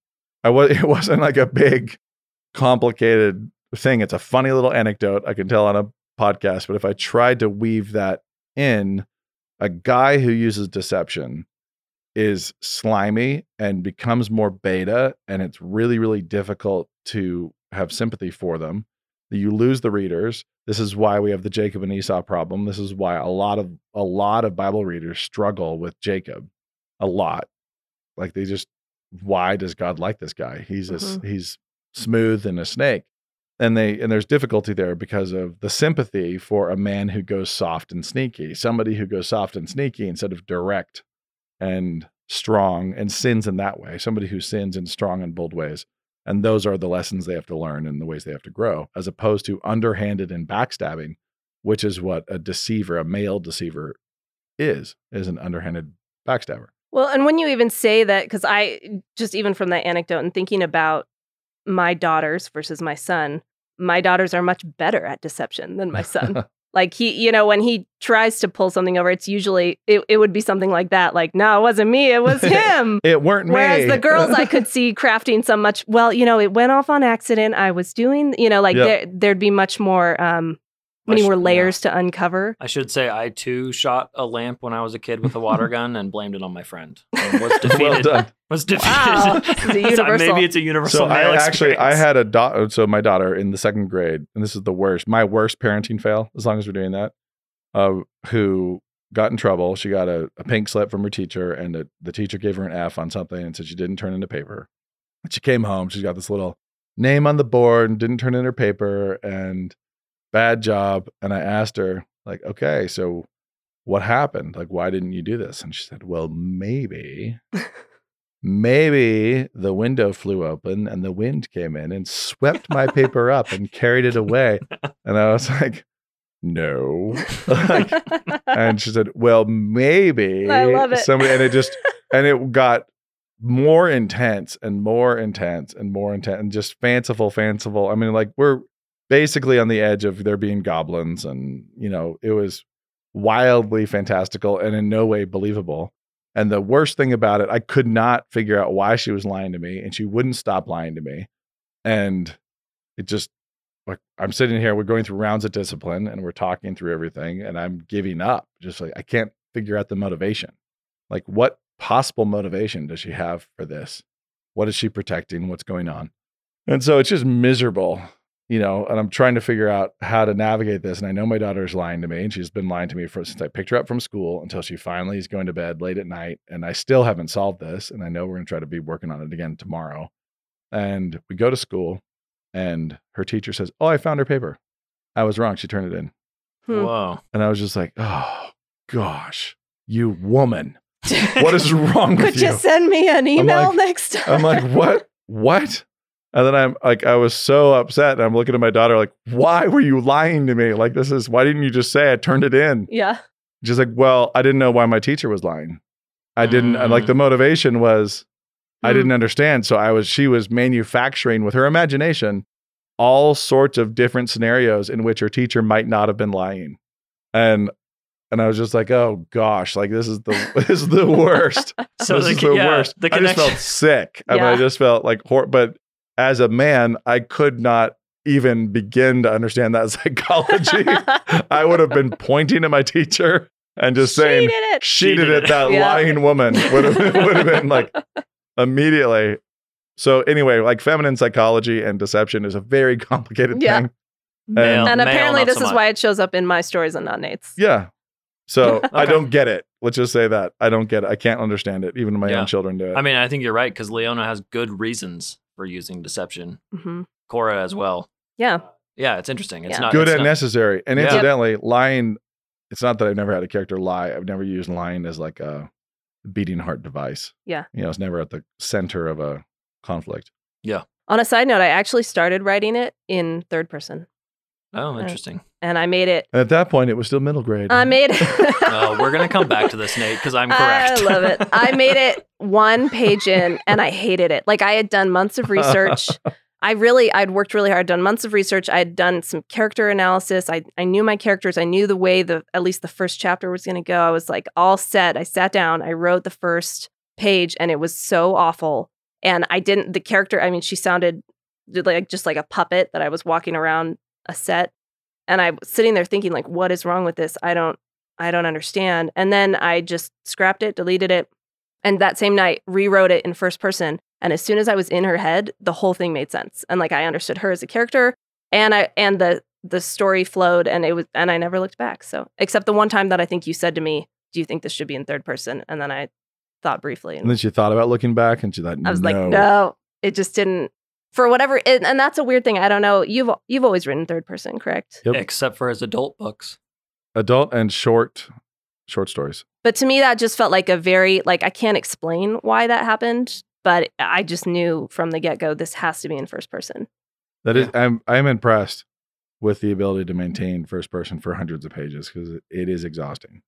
[SPEAKER 2] I was it wasn't like a big complicated thing. It's a funny little anecdote I can tell on a podcast, but if I tried to weave that in, a guy who uses deception is slimy and becomes more beta and it's really really difficult to have sympathy for them. You lose the readers. This is why we have the Jacob and Esau problem. This is why a lot of a lot of Bible readers struggle with Jacob a lot. Like they just why does God like this guy? He's a s- he's smooth and a snake. And they and there's difficulty there because of the sympathy for a man who goes soft and sneaky, somebody who goes soft and sneaky instead of direct and strong and sins in that way, somebody who sins in strong and bold ways. And those are the lessons they have to learn and the ways they have to grow, as opposed to underhanded and backstabbing, which is what a deceiver, a male deceiver is, is an underhanded backstabber.
[SPEAKER 4] Well, and when you even say that, because I just even from that anecdote and thinking about my daughters versus my son, my daughters are much better at deception than my son. Like he, you know, when he tries to pull something over, it's usually it, it would be something like that. Like, no, it wasn't me, it was him.
[SPEAKER 2] it weren't me.
[SPEAKER 4] Whereas the girls I could see crafting some much well, you know, it went off on accident. I was doing, you know, like
[SPEAKER 2] Yep.
[SPEAKER 4] there there'd be much more um many
[SPEAKER 3] Much-
[SPEAKER 4] more
[SPEAKER 3] yeah.
[SPEAKER 4] layers to uncover.
[SPEAKER 3] I should say I too shot a lamp when I was a kid with a water gun and blamed it on my friend. And was defeated.
[SPEAKER 2] well done.
[SPEAKER 3] Was defeated.
[SPEAKER 4] Wow, this is a
[SPEAKER 3] So
[SPEAKER 4] universal.
[SPEAKER 3] Maybe it's a universal.
[SPEAKER 2] So I
[SPEAKER 3] male
[SPEAKER 2] actually I
[SPEAKER 3] experience.
[SPEAKER 2] had a daughter. So my daughter in the second grade, and this is the worst, my worst parenting fail. As long as we're doing that, uh, who got in trouble? She got a, a pink slip from her teacher, and the, the teacher gave her an F on something, and said she didn't turn in the paper. And she came home. She's got this little name on the board and didn't turn in her paper, and bad job. And I asked her like, okay, so what happened? Like, why didn't you do this? And she said, well, maybe Maybe the window flew open and the wind came in and swept my paper up and carried it away. And I was like, no. Like, and she said, well, maybe
[SPEAKER 4] I love it.
[SPEAKER 2] somebody, and it just, and it got more intense and more intense and more intense and just fanciful, fanciful. I mean, like we're basically on the edge of there being goblins and, you know, it was wildly fantastical and in no way believable. And the worst thing about it, I could not figure out why she was lying to me and she wouldn't stop lying to me. And it just like I'm sitting here, we're going through rounds of discipline and we're talking through everything and I'm giving up. Just like I can't figure out the motivation. Like what possible motivation does she have for this? What is she protecting? What's going on? And so it's just miserable, you know, and I'm trying to figure out how to navigate this. And I know my daughter is lying to me, and she's been lying to me for since I picked her up from school until she finally is going to bed late at night. And I still haven't solved this. And I know we're going to try to be working on it again tomorrow. And we go to school, and her teacher says, Oh, I found her paper. I was wrong. She turned it in.
[SPEAKER 4] Hmm.
[SPEAKER 3] Whoa.
[SPEAKER 2] And I was just like, Oh, gosh, you woman. What is wrong with
[SPEAKER 4] Could you
[SPEAKER 2] you?
[SPEAKER 4] send me an email
[SPEAKER 2] like-
[SPEAKER 4] next time?
[SPEAKER 2] I'm like, what? What? And then I'm like, I was so upset. And I'm looking at my daughter, like, why were you lying to me? Like, this is, why didn't you just say I turned it in?
[SPEAKER 4] Yeah.
[SPEAKER 2] She's like, well, I didn't know why my teacher was lying. I didn't, and like,
[SPEAKER 3] Mm.
[SPEAKER 2] the motivation was I
[SPEAKER 4] Mm.
[SPEAKER 2] didn't understand. So I was, she was manufacturing with her imagination all sorts of different scenarios in which her teacher might not have been lying. And, and I was just like, oh gosh, like this is the this is the worst
[SPEAKER 3] So
[SPEAKER 2] this
[SPEAKER 3] the,
[SPEAKER 2] is the
[SPEAKER 3] yeah,
[SPEAKER 2] worst.
[SPEAKER 3] The
[SPEAKER 2] I just
[SPEAKER 3] connection.
[SPEAKER 2] felt sick. I mean,
[SPEAKER 4] Yeah.
[SPEAKER 2] I just felt like hor- but as a man, I could not even begin to understand that psychology. I would have been pointing at my teacher and just
[SPEAKER 4] She
[SPEAKER 2] saying,
[SPEAKER 4] did it.
[SPEAKER 2] she did it. That
[SPEAKER 4] Yeah.
[SPEAKER 2] lying woman would have, would have been like immediately. So anyway, like feminine psychology and deception is a very complicated
[SPEAKER 4] Yeah.
[SPEAKER 2] thing.
[SPEAKER 3] Male-
[SPEAKER 4] And
[SPEAKER 3] male,
[SPEAKER 4] apparently
[SPEAKER 3] not
[SPEAKER 4] this
[SPEAKER 3] so
[SPEAKER 4] is
[SPEAKER 3] much.
[SPEAKER 4] why it shows up in my stories and not Nate's.
[SPEAKER 2] Yeah. So I
[SPEAKER 3] Okay.
[SPEAKER 2] don't get it. Let's just say that I don't get it. I can't understand it. Even my
[SPEAKER 3] Yeah.
[SPEAKER 2] own children do it.
[SPEAKER 3] I mean, I think you're right because Leona has good reasons for using deception.
[SPEAKER 4] hmm
[SPEAKER 3] Cora as well.
[SPEAKER 4] Yeah.
[SPEAKER 3] Yeah, it's interesting. It's
[SPEAKER 4] Yeah.
[SPEAKER 3] not
[SPEAKER 2] good
[SPEAKER 3] Uh, it's
[SPEAKER 2] and
[SPEAKER 3] not-
[SPEAKER 2] necessary. And
[SPEAKER 3] Yeah. Yep.
[SPEAKER 2] incidentally, lying. It's not that I've never had a character lie. I've never used lying as like a beating heart device.
[SPEAKER 4] Yeah.
[SPEAKER 2] you know, it's never at the center of a conflict.
[SPEAKER 4] On a side note, I actually started writing it in third person
[SPEAKER 3] Oh, interesting.
[SPEAKER 4] and I made it.
[SPEAKER 2] And at that point, it was still middle grade.
[SPEAKER 4] I made
[SPEAKER 3] Oh, we're gonna come back to this, Nate, because I'm
[SPEAKER 4] I
[SPEAKER 3] correct.
[SPEAKER 4] love it. I made it one page in and I hated it. Like I had done months of research. I really I'd worked really hard, done months of research. I had done some character analysis. I, I knew my characters. I knew the way the at least the first chapter was gonna go. I was like all set. I sat down, I wrote the first page, and it was so awful. And I didn't the character, I mean, she sounded did like just like a puppet that I was walking around a set. And I was sitting there thinking, like, what is wrong with this? I don't I don't understand. And then I just scrapped it, deleted it, and that same night rewrote it in first person. And as soon as I was in her head, the whole thing made sense. And like I understood her as a character and I and the the story flowed and it was and I never looked back. So except the one time that I think you said to me, Do you think this should be in third person? And then I thought briefly and
[SPEAKER 2] and then she thought about looking back, and she thought,
[SPEAKER 4] I was
[SPEAKER 2] no.
[SPEAKER 4] like, no, it just didn't. For whatever, it, and that's a weird thing. I don't know. You've you've always written third person, correct?
[SPEAKER 2] Yep.
[SPEAKER 3] Except for his adult books.
[SPEAKER 2] Adult and short, short stories.
[SPEAKER 4] But to me, that just felt like a very like I can't explain why that happened, but I just knew from the get go this has to be in first person.
[SPEAKER 2] That is, I'm I'm impressed with the ability to maintain first person for hundreds of pages because it is exhausting.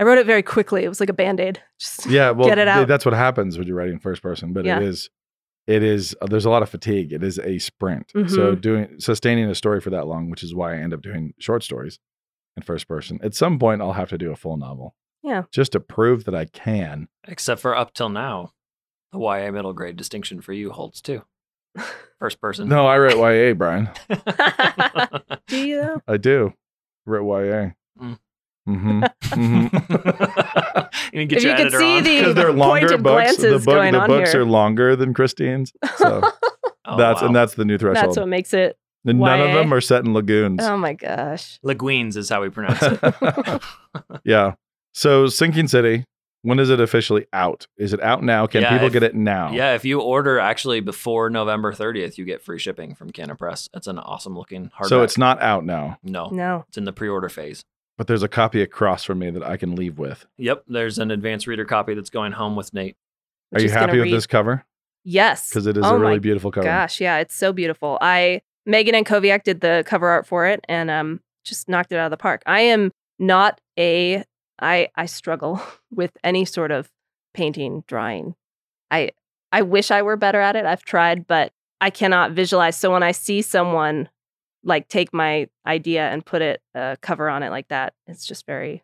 [SPEAKER 4] I wrote it very quickly. It was like a band aid. Just
[SPEAKER 2] Yeah, well,
[SPEAKER 4] Get it out.
[SPEAKER 2] that's what happens when you're writing first person, but
[SPEAKER 4] Yeah.
[SPEAKER 2] it is it is uh, there's a lot of fatigue. It is a sprint. So
[SPEAKER 4] Mm-hmm.
[SPEAKER 2] doing sustaining a story for that long, which is why I end up doing short stories in first person. At some point, I'll have to do a full novel.
[SPEAKER 4] Yeah.
[SPEAKER 2] Just to prove that I can.
[SPEAKER 3] Except for up till now, the YA middle grade distinction for you holds too. First
[SPEAKER 4] Mm.
[SPEAKER 3] person.
[SPEAKER 2] No, I write YA, Brian.
[SPEAKER 4] Do you though?
[SPEAKER 2] I do. Writ YA.
[SPEAKER 3] Mm.
[SPEAKER 2] Mm-hmm.
[SPEAKER 3] you can get
[SPEAKER 4] If
[SPEAKER 3] your
[SPEAKER 4] you could
[SPEAKER 3] editor
[SPEAKER 4] see
[SPEAKER 3] on.
[SPEAKER 4] the-
[SPEAKER 2] Because they're longer
[SPEAKER 4] Pointed
[SPEAKER 2] books. The,
[SPEAKER 4] glances
[SPEAKER 2] book,
[SPEAKER 4] going
[SPEAKER 2] the
[SPEAKER 4] on
[SPEAKER 2] books
[SPEAKER 4] here.
[SPEAKER 2] are longer than Christine's. So
[SPEAKER 3] Oh,
[SPEAKER 2] that's
[SPEAKER 3] wow.
[SPEAKER 2] and that's the new threshold.
[SPEAKER 4] That's what makes it.
[SPEAKER 2] And None of
[SPEAKER 4] YA.
[SPEAKER 2] them are set in lagoons.
[SPEAKER 4] Oh my gosh.
[SPEAKER 3] Laguines is how we pronounce it.
[SPEAKER 2] yeah. So Sinking City, when is it officially out? Is it out now? Can
[SPEAKER 3] Yeah,
[SPEAKER 2] people
[SPEAKER 3] if-
[SPEAKER 2] get it now?
[SPEAKER 3] Yeah, if you order actually before November 30th, you get free shipping from Canna Press. That's an awesome looking hardback.
[SPEAKER 2] So it's not out now,
[SPEAKER 3] no,
[SPEAKER 4] No.
[SPEAKER 3] it's in the pre-order phase.
[SPEAKER 2] but there's a copy across from me that I can leave with.
[SPEAKER 3] Yep, there's an advanced reader copy that's going home with Nate.
[SPEAKER 4] We're
[SPEAKER 2] are you
[SPEAKER 4] just gonna
[SPEAKER 2] happy with
[SPEAKER 4] read-
[SPEAKER 2] this cover?
[SPEAKER 4] Yes.
[SPEAKER 2] Because it is
[SPEAKER 4] Oh
[SPEAKER 2] a
[SPEAKER 4] my
[SPEAKER 2] really beautiful cover.
[SPEAKER 4] Gosh, yeah, it's so beautiful. I Megan and Koviak did the cover art for it and um just knocked it out of the park. I am not a I I struggle with any sort of painting, drawing. I I wish I were better at it. I've tried, but I cannot visualize. So when I see someone like take my idea and put it a cover on it like that, it's just very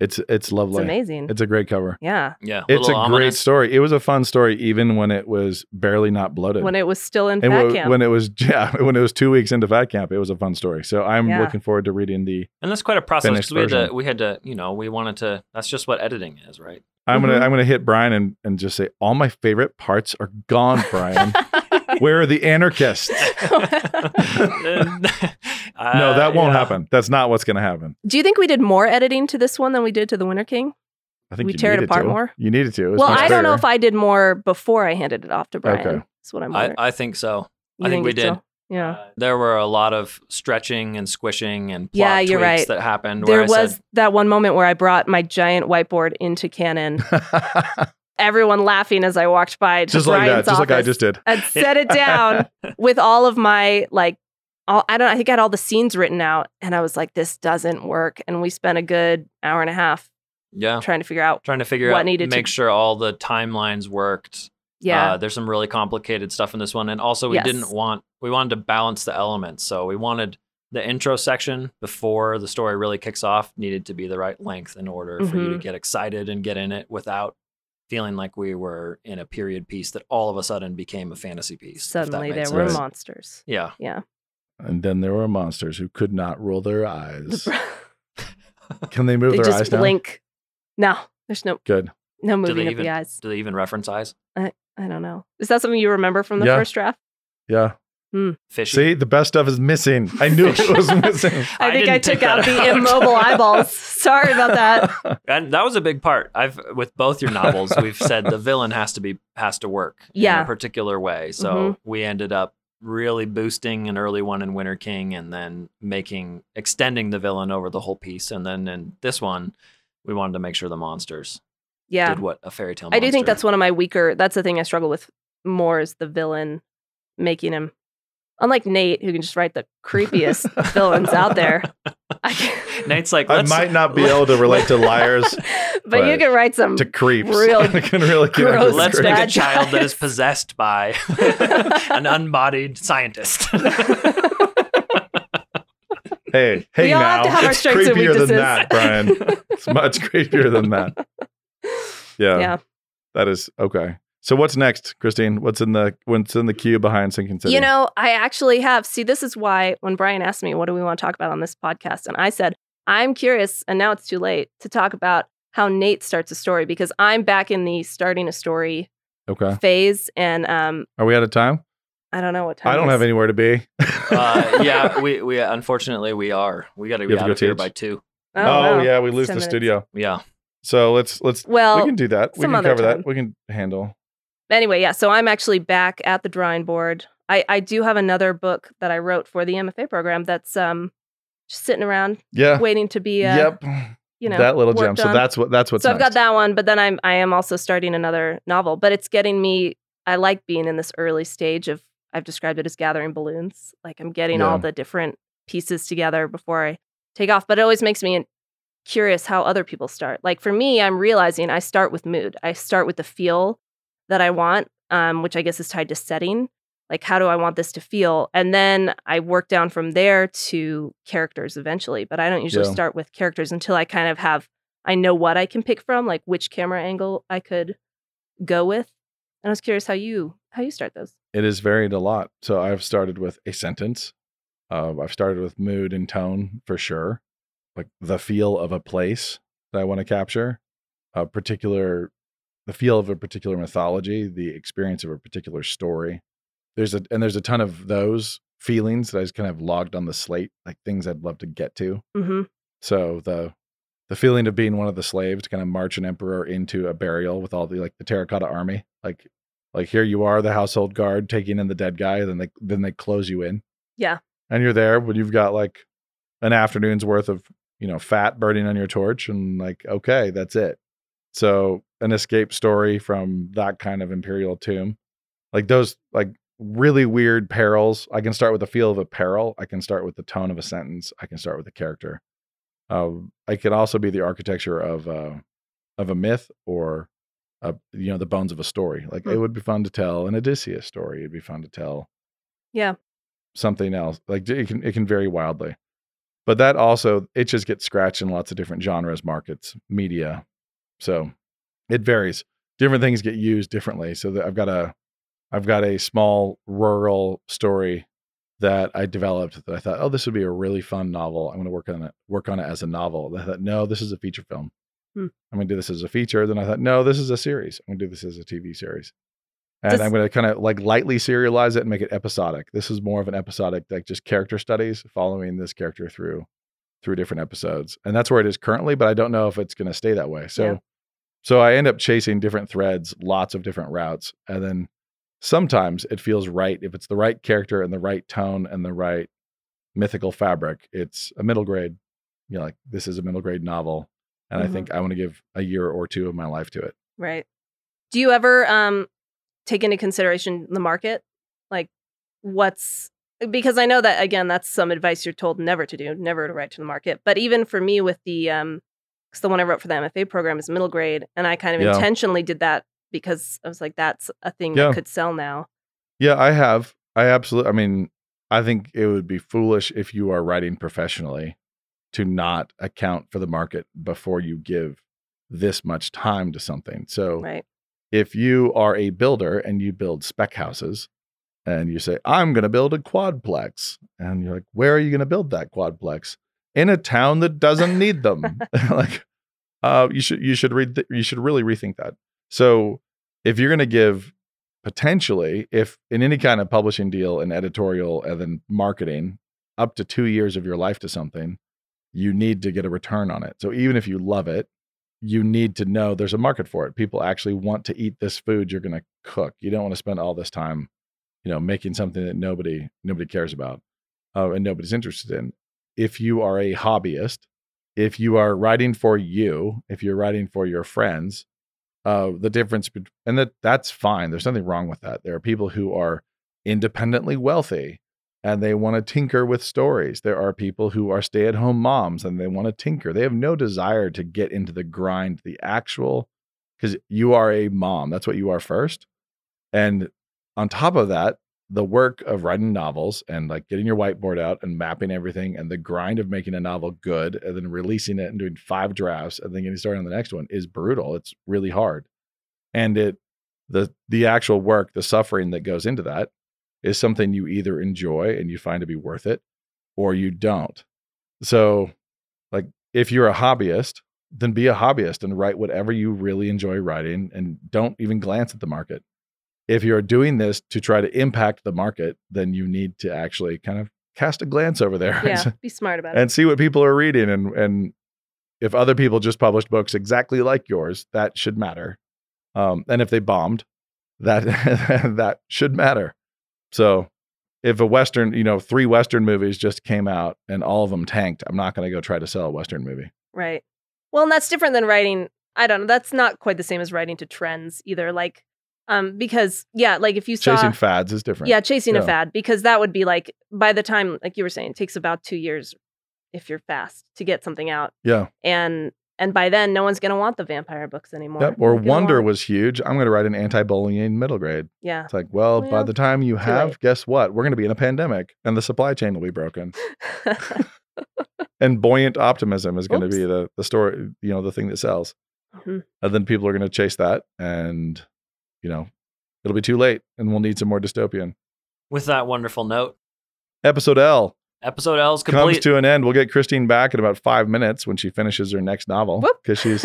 [SPEAKER 2] It's it's
[SPEAKER 4] it's
[SPEAKER 2] lovely.
[SPEAKER 4] amazing.
[SPEAKER 2] It's a great cover.
[SPEAKER 4] yeah.
[SPEAKER 3] Yeah,
[SPEAKER 2] It's a
[SPEAKER 3] little
[SPEAKER 2] great
[SPEAKER 3] ominous.
[SPEAKER 2] story. It was a fun story, even when it was barely not bloated.
[SPEAKER 4] When it was still in
[SPEAKER 2] and
[SPEAKER 4] fat
[SPEAKER 2] wh-
[SPEAKER 4] camp.
[SPEAKER 2] when it was yeah, when it was two weeks into Fat Camp, it was a fun story. So I'm
[SPEAKER 4] Yeah.
[SPEAKER 2] looking forward to reading the.
[SPEAKER 3] and that's quite a process
[SPEAKER 2] Finished
[SPEAKER 3] 'cause we had to,
[SPEAKER 2] version.
[SPEAKER 3] we had to, you know, we wanted to. That's just what editing is, right?
[SPEAKER 2] I'm
[SPEAKER 4] Mhm.
[SPEAKER 2] gonna I'm gonna hit Brian and, and just say all my favorite parts are gone, Brian. Where are the anarchists?
[SPEAKER 3] Uh,
[SPEAKER 2] no,
[SPEAKER 4] Uh,
[SPEAKER 2] that won't happen. That's not what's going to happen.
[SPEAKER 4] Do you think we did more editing to this one than we did to the Winter King?
[SPEAKER 2] I think
[SPEAKER 4] We
[SPEAKER 2] you
[SPEAKER 4] tear it
[SPEAKER 2] needed
[SPEAKER 4] apart
[SPEAKER 2] to.
[SPEAKER 4] more?
[SPEAKER 2] You needed to. It was
[SPEAKER 4] Well,
[SPEAKER 2] much
[SPEAKER 4] I don't know if
[SPEAKER 2] bigger.
[SPEAKER 4] I did more before I handed it off to Brian.
[SPEAKER 2] Okay.
[SPEAKER 4] That's what I'm
[SPEAKER 3] I,
[SPEAKER 4] wondering.
[SPEAKER 3] I think so.
[SPEAKER 4] You
[SPEAKER 3] I think we
[SPEAKER 4] it's
[SPEAKER 3] did.
[SPEAKER 4] so? Yeah.
[SPEAKER 3] Uh, there were a lot of stretching and squishing and plot
[SPEAKER 4] Yeah, you're
[SPEAKER 3] tweaks
[SPEAKER 4] right.
[SPEAKER 3] that happened.
[SPEAKER 4] there
[SPEAKER 3] where I
[SPEAKER 4] was
[SPEAKER 3] said,
[SPEAKER 4] that one moment where I brought my giant whiteboard into Canon, everyone laughing as I walked by to
[SPEAKER 2] just like
[SPEAKER 4] Brian's
[SPEAKER 2] that, just like I
[SPEAKER 4] office
[SPEAKER 2] just did.
[SPEAKER 4] and set it down with all of my like all, I don't I think I had all the scenes written out and I was like this doesn't work and we spent a good hour and a half
[SPEAKER 3] yeah,
[SPEAKER 4] trying to figure out
[SPEAKER 3] trying to figure
[SPEAKER 4] What
[SPEAKER 3] out,
[SPEAKER 4] needed to-
[SPEAKER 3] make sure all the timelines worked.
[SPEAKER 4] yeah
[SPEAKER 3] Uh, there's some really complicated stuff in this one. And also, we
[SPEAKER 4] Yes.
[SPEAKER 3] didn't want, we wanted to balance the elements. So we wanted the intro section before the story really kicks off needed to be the right length in order for you to
[SPEAKER 4] Mhm.
[SPEAKER 3] get excited and get in it without feeling like we were in a period piece that all of a sudden became a fantasy piece. if that
[SPEAKER 4] suddenly there
[SPEAKER 3] makes
[SPEAKER 4] were
[SPEAKER 3] sense.
[SPEAKER 2] mo-
[SPEAKER 4] monsters
[SPEAKER 3] Yeah.
[SPEAKER 4] yeah
[SPEAKER 2] And then there were monsters who could not roll their eyes. Can they move
[SPEAKER 4] they
[SPEAKER 2] their
[SPEAKER 4] just
[SPEAKER 2] eyes
[SPEAKER 4] blink no there's no
[SPEAKER 2] now? Good.
[SPEAKER 4] no
[SPEAKER 3] Do
[SPEAKER 4] moving
[SPEAKER 3] they
[SPEAKER 4] of
[SPEAKER 3] even
[SPEAKER 4] the eyes
[SPEAKER 3] do they even reference eyes?
[SPEAKER 4] I don't know. Is that something you remember from the
[SPEAKER 2] Yeah.
[SPEAKER 4] first draft?
[SPEAKER 2] Yeah.
[SPEAKER 3] Fishy.
[SPEAKER 2] See, the best stuff is missing. I knew it was missing.
[SPEAKER 4] I, think I
[SPEAKER 3] didn't take
[SPEAKER 4] took out
[SPEAKER 3] that
[SPEAKER 4] the immobile eyeballs. Sorry about that.
[SPEAKER 3] And that was a big part. I've with both your novels, we've said the villain has to be has to work in
[SPEAKER 4] Yeah. Mm-hmm.
[SPEAKER 3] a particular way. So we ended up really boosting an early one in Winter King and then making extending the villain over the whole piece. And then in this one, we wanted to make sure the monsters
[SPEAKER 4] Yeah.
[SPEAKER 3] did what a fairy tale
[SPEAKER 4] I do think
[SPEAKER 3] monster-
[SPEAKER 4] that's one of my weaker. That's the thing I struggle with more is the villain making him. Unlike Nate, who can just write the creepiest villains out there. I can,
[SPEAKER 3] Nate's like
[SPEAKER 2] I
[SPEAKER 3] let's
[SPEAKER 2] might not be able to relate to liars,
[SPEAKER 4] but, you
[SPEAKER 2] but
[SPEAKER 4] can write some.
[SPEAKER 2] to creeps.
[SPEAKER 4] Real
[SPEAKER 2] I can really get into
[SPEAKER 4] gross
[SPEAKER 2] the
[SPEAKER 3] Let's
[SPEAKER 2] creeps.
[SPEAKER 3] make a
[SPEAKER 4] bad
[SPEAKER 3] child that is
[SPEAKER 4] guys.
[SPEAKER 3] possessed by an unbodied scientist.
[SPEAKER 2] Hey, hey
[SPEAKER 4] all
[SPEAKER 2] now.
[SPEAKER 4] have to have our
[SPEAKER 2] it's
[SPEAKER 4] strengths and
[SPEAKER 2] creepier than
[SPEAKER 4] weaknesses.
[SPEAKER 2] that, Brian. It's much creepier than that. Yeah.
[SPEAKER 4] Yeah.
[SPEAKER 2] That is okay. So what's next, Christine? What's in the what's in the queue behind Sinking City?
[SPEAKER 4] You know, I actually have. See, this is why when Brian asked me, what do we want to talk about on this podcast? And I said, I'm curious, and now it's too late to talk about how Nate starts a story because I'm back in the starting a story
[SPEAKER 2] Okay.
[SPEAKER 4] phase. And um,
[SPEAKER 2] Are we out of time?
[SPEAKER 4] I don't know what time
[SPEAKER 2] I don't
[SPEAKER 4] it is. oh,
[SPEAKER 2] have anywhere to be.
[SPEAKER 3] uh, yeah, we, we unfortunately we are. We got to
[SPEAKER 2] You
[SPEAKER 3] be
[SPEAKER 2] have to
[SPEAKER 3] out
[SPEAKER 2] go
[SPEAKER 3] of here
[SPEAKER 2] teach?
[SPEAKER 3] by two.
[SPEAKER 4] Oh,
[SPEAKER 2] oh
[SPEAKER 4] wow.
[SPEAKER 2] yeah, we lose the
[SPEAKER 4] Ten minutes.
[SPEAKER 2] studio.
[SPEAKER 3] Yeah.
[SPEAKER 2] So let's let's we
[SPEAKER 4] Well,
[SPEAKER 2] can do that. We
[SPEAKER 4] some
[SPEAKER 2] can
[SPEAKER 4] other
[SPEAKER 2] cover
[SPEAKER 4] time.
[SPEAKER 2] that. We can handle.
[SPEAKER 4] anyway, yeah. So I'm actually back at the drawing board. I, I do have another book that I wrote for the MFA program that's um just sitting around
[SPEAKER 2] Yeah.
[SPEAKER 4] waiting to be uh,
[SPEAKER 2] yep.
[SPEAKER 4] you know
[SPEAKER 2] that little gem.
[SPEAKER 4] worked
[SPEAKER 2] So
[SPEAKER 4] on.
[SPEAKER 2] that's what that's what's
[SPEAKER 4] so I've got
[SPEAKER 2] next.
[SPEAKER 4] that one, but then I'm I am also starting another novel. But it's getting me. I like being in this early stage of. I've described it as gathering balloons. Like I'm getting all
[SPEAKER 2] Yeah.
[SPEAKER 4] the different pieces together before I take off. But it always makes me curious how other people start. Like for me, I'm realizing I start with mood. I start with the feel that I want. um, which I guess is tied to setting. Like, how do I want this to feel? And then I work down from there to characters eventually, but I don't usually
[SPEAKER 2] Yeah.
[SPEAKER 4] start with characters until I kind of have, I know what I can pick from, like which camera angle I could go with. And I was curious how you how you start those.
[SPEAKER 2] it has varied a lot. So I've started with a sentence. Uh, I've started with mood and tone for sure, like the feel of a place that I want to capture, a particular, the feel of a particular mythology, the experience of a particular story. There's a and there's a ton of those feelings that I just kind of logged on the slate, like things I'd love to get to.
[SPEAKER 4] Mm-hmm.
[SPEAKER 2] So the the feeling of being one of the slaves to kind of march an emperor into a burial with all the like the terracotta army, like like here you are, the household guard taking in the dead guy, then they then they close you in.
[SPEAKER 4] Yeah.
[SPEAKER 2] And you're there, but you've got like an afternoon's worth of, you know, fat burning on your torch and like, okay, that's it. So an escape story from that kind of imperial tomb. Like those like really weird perils. I can start with the feel of a peril. I can start with the tone of a sentence. I can start with a character. Uh, I could also be the architecture of uh, of a myth or uh you know the bones of a story. Like it
[SPEAKER 4] Hmm.
[SPEAKER 2] would be fun to tell an Odysseus story. It'd be fun to tell
[SPEAKER 4] Yeah.
[SPEAKER 2] something else. Like it can it can vary wildly, but that also it just gets scratched in lots of different genres, markets, media. So it varies. Different things get used differently. So that I've got a I've got a small rural story that I developed that I thought, oh, this would be a really fun novel. I'm going to work on it, work on it as a novel. Then I thought, no, this is a feature film.
[SPEAKER 4] Hmm.
[SPEAKER 2] I'm going to do this as a feature. Then I thought, no, this is a series. I'm going to do this as a TV series. And
[SPEAKER 4] Does-
[SPEAKER 2] I'm going to kind of like lightly serialize it and make it episodic. This is more of an episodic, like just character studies, following this character through through different episodes. And that's where it is currently, but I don't know if it's going to stay that way. So
[SPEAKER 4] Yeah.
[SPEAKER 2] so I end up chasing different threads, lots of different routes, and then sometimes it feels right if it's the right character and the right tone and the right mythical fabric. It's a middle grade, you know, like this is a middle grade novel, and
[SPEAKER 4] Mhm.
[SPEAKER 2] I think I want to give a year or two of my life to it.
[SPEAKER 4] Right. Do you ever um take into consideration the market? Like what's because I know that again that's some advice you're told never to do, never to write to the market. But even for me with the um cuz the one I wrote for the MFA program is middle grade and I kind of
[SPEAKER 2] Yeah.
[SPEAKER 4] intentionally did that because I was like that's a thing
[SPEAKER 2] Yeah.
[SPEAKER 4] that could sell now.
[SPEAKER 2] Yeah, I have. I absolutely. I mean, I think it would be foolish if you are writing professionally to not account for the market before you give this much time to something. So.
[SPEAKER 4] Right.
[SPEAKER 2] if you are a builder and you build spec houses and you say, I'm going to build a quadplex, and you're like, where are you going to build that quadplex? In a town that doesn't need them. like, uh, you should you should read th- you should really rethink that. So if you're going to give potentially, if in any kind of publishing deal and editorial and then marketing, up to two years of your life to something, you need to get a return on it. So even if you love it, you need to know there's a market for it. People actually want to eat this food you're going to cook. You don't want to spend all this time, you know, making something that nobody nobody cares about uh, and nobody's interested in. If you are a hobbyist, if you are writing for you, if you're writing for your friends, uh, the difference bet- and that that's fine. There's nothing wrong with that. There are people who are independently wealthy and they want to tinker with stories. There are people who are stay-at-home moms and they want to tinker. They have no desire to get into the grind, the actual because you are a mom. That's what you are first. And on top of that, the work of writing novels and like getting your whiteboard out and mapping everything and the grind of making a novel good and then releasing it and doing five drafts and then getting started on the next one is brutal. It's really hard. And it the the actual work, the suffering that goes into that is something you either enjoy and you find to be worth it or you don't. So like if you're a hobbyist, then be a hobbyist and write whatever you really enjoy writing and don't even glance at the market. If you're doing this to try to impact the market, then you need to actually kind of cast a glance over there
[SPEAKER 4] Yeah, be smart about it.
[SPEAKER 2] and see what people are reading and and if other people just published books exactly like yours, that should matter. Um, and if they bombed, that that should matter. So if a western, you know, three western movies just came out and all of them tanked, I'm not going to go try to sell a western movie.
[SPEAKER 4] Right. Well, and that's different than writing. I don't know. That's not quite the same as writing to trends either. Like, um, because yeah, like if you saw
[SPEAKER 2] chasing fads is different.
[SPEAKER 4] yeah, chasing a
[SPEAKER 2] Yeah.
[SPEAKER 4] fad because that would be like by the time, like you were saying, it takes about two years if you're fast to get something out,
[SPEAKER 2] Yeah.
[SPEAKER 4] and And by then, no one's going to want the vampire books anymore.
[SPEAKER 2] Yep. Or
[SPEAKER 4] They're gonna
[SPEAKER 2] Wonder
[SPEAKER 4] want-
[SPEAKER 2] was huge. I'm going to write an anti-bullying middle grade.
[SPEAKER 4] Yeah.
[SPEAKER 2] It's like, well, by
[SPEAKER 4] Well,
[SPEAKER 2] the time you have,
[SPEAKER 4] late.
[SPEAKER 2] guess what? We're going to be in a pandemic, and the supply chain will be broken.
[SPEAKER 4] Mm-hmm.
[SPEAKER 2] and buoyant optimism is going to
[SPEAKER 4] Oops.
[SPEAKER 2] be the the story, you know, the thing that sells.
[SPEAKER 4] Mhm.
[SPEAKER 2] And then people are going to chase that, and you know, it'll be too late, and we'll need some more dystopian.
[SPEAKER 3] With that wonderful note,
[SPEAKER 2] Episode L
[SPEAKER 3] episode L is complete.
[SPEAKER 2] comes to an end. We'll get Christine back in about five minutes when she finishes her next novel
[SPEAKER 4] Whoop.
[SPEAKER 2] because she's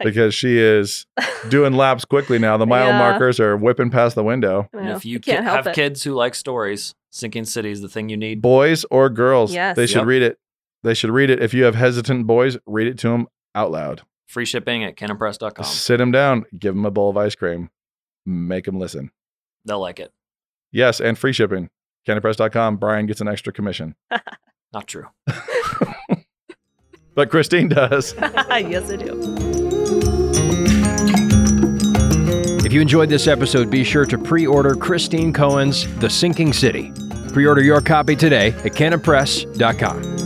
[SPEAKER 2] because she is doing laps quickly now. The mile
[SPEAKER 4] Yeah.
[SPEAKER 2] markers are whipping past the window.
[SPEAKER 4] Well,
[SPEAKER 3] and if you
[SPEAKER 4] can't
[SPEAKER 3] ki-
[SPEAKER 4] help
[SPEAKER 3] have
[SPEAKER 4] it.
[SPEAKER 3] kids who like stories, Sinking City is the thing you need.
[SPEAKER 2] boys or girls
[SPEAKER 4] Yes.
[SPEAKER 2] they should
[SPEAKER 3] Yep.
[SPEAKER 2] read it they should read it if you have hesitant boys read it to them out loud
[SPEAKER 3] Free shipping at canonpress.com.
[SPEAKER 2] sit them down give them a bowl of ice cream make them listen
[SPEAKER 3] They'll like it.
[SPEAKER 2] yes and free shipping candypress.com brian gets an extra commission
[SPEAKER 3] Not true.
[SPEAKER 2] but christine does
[SPEAKER 4] yes, I do.
[SPEAKER 1] If you enjoyed this episode, be sure to pre order Christine Cohen's The Sinking City. Pre order your copy today at canonpress.com.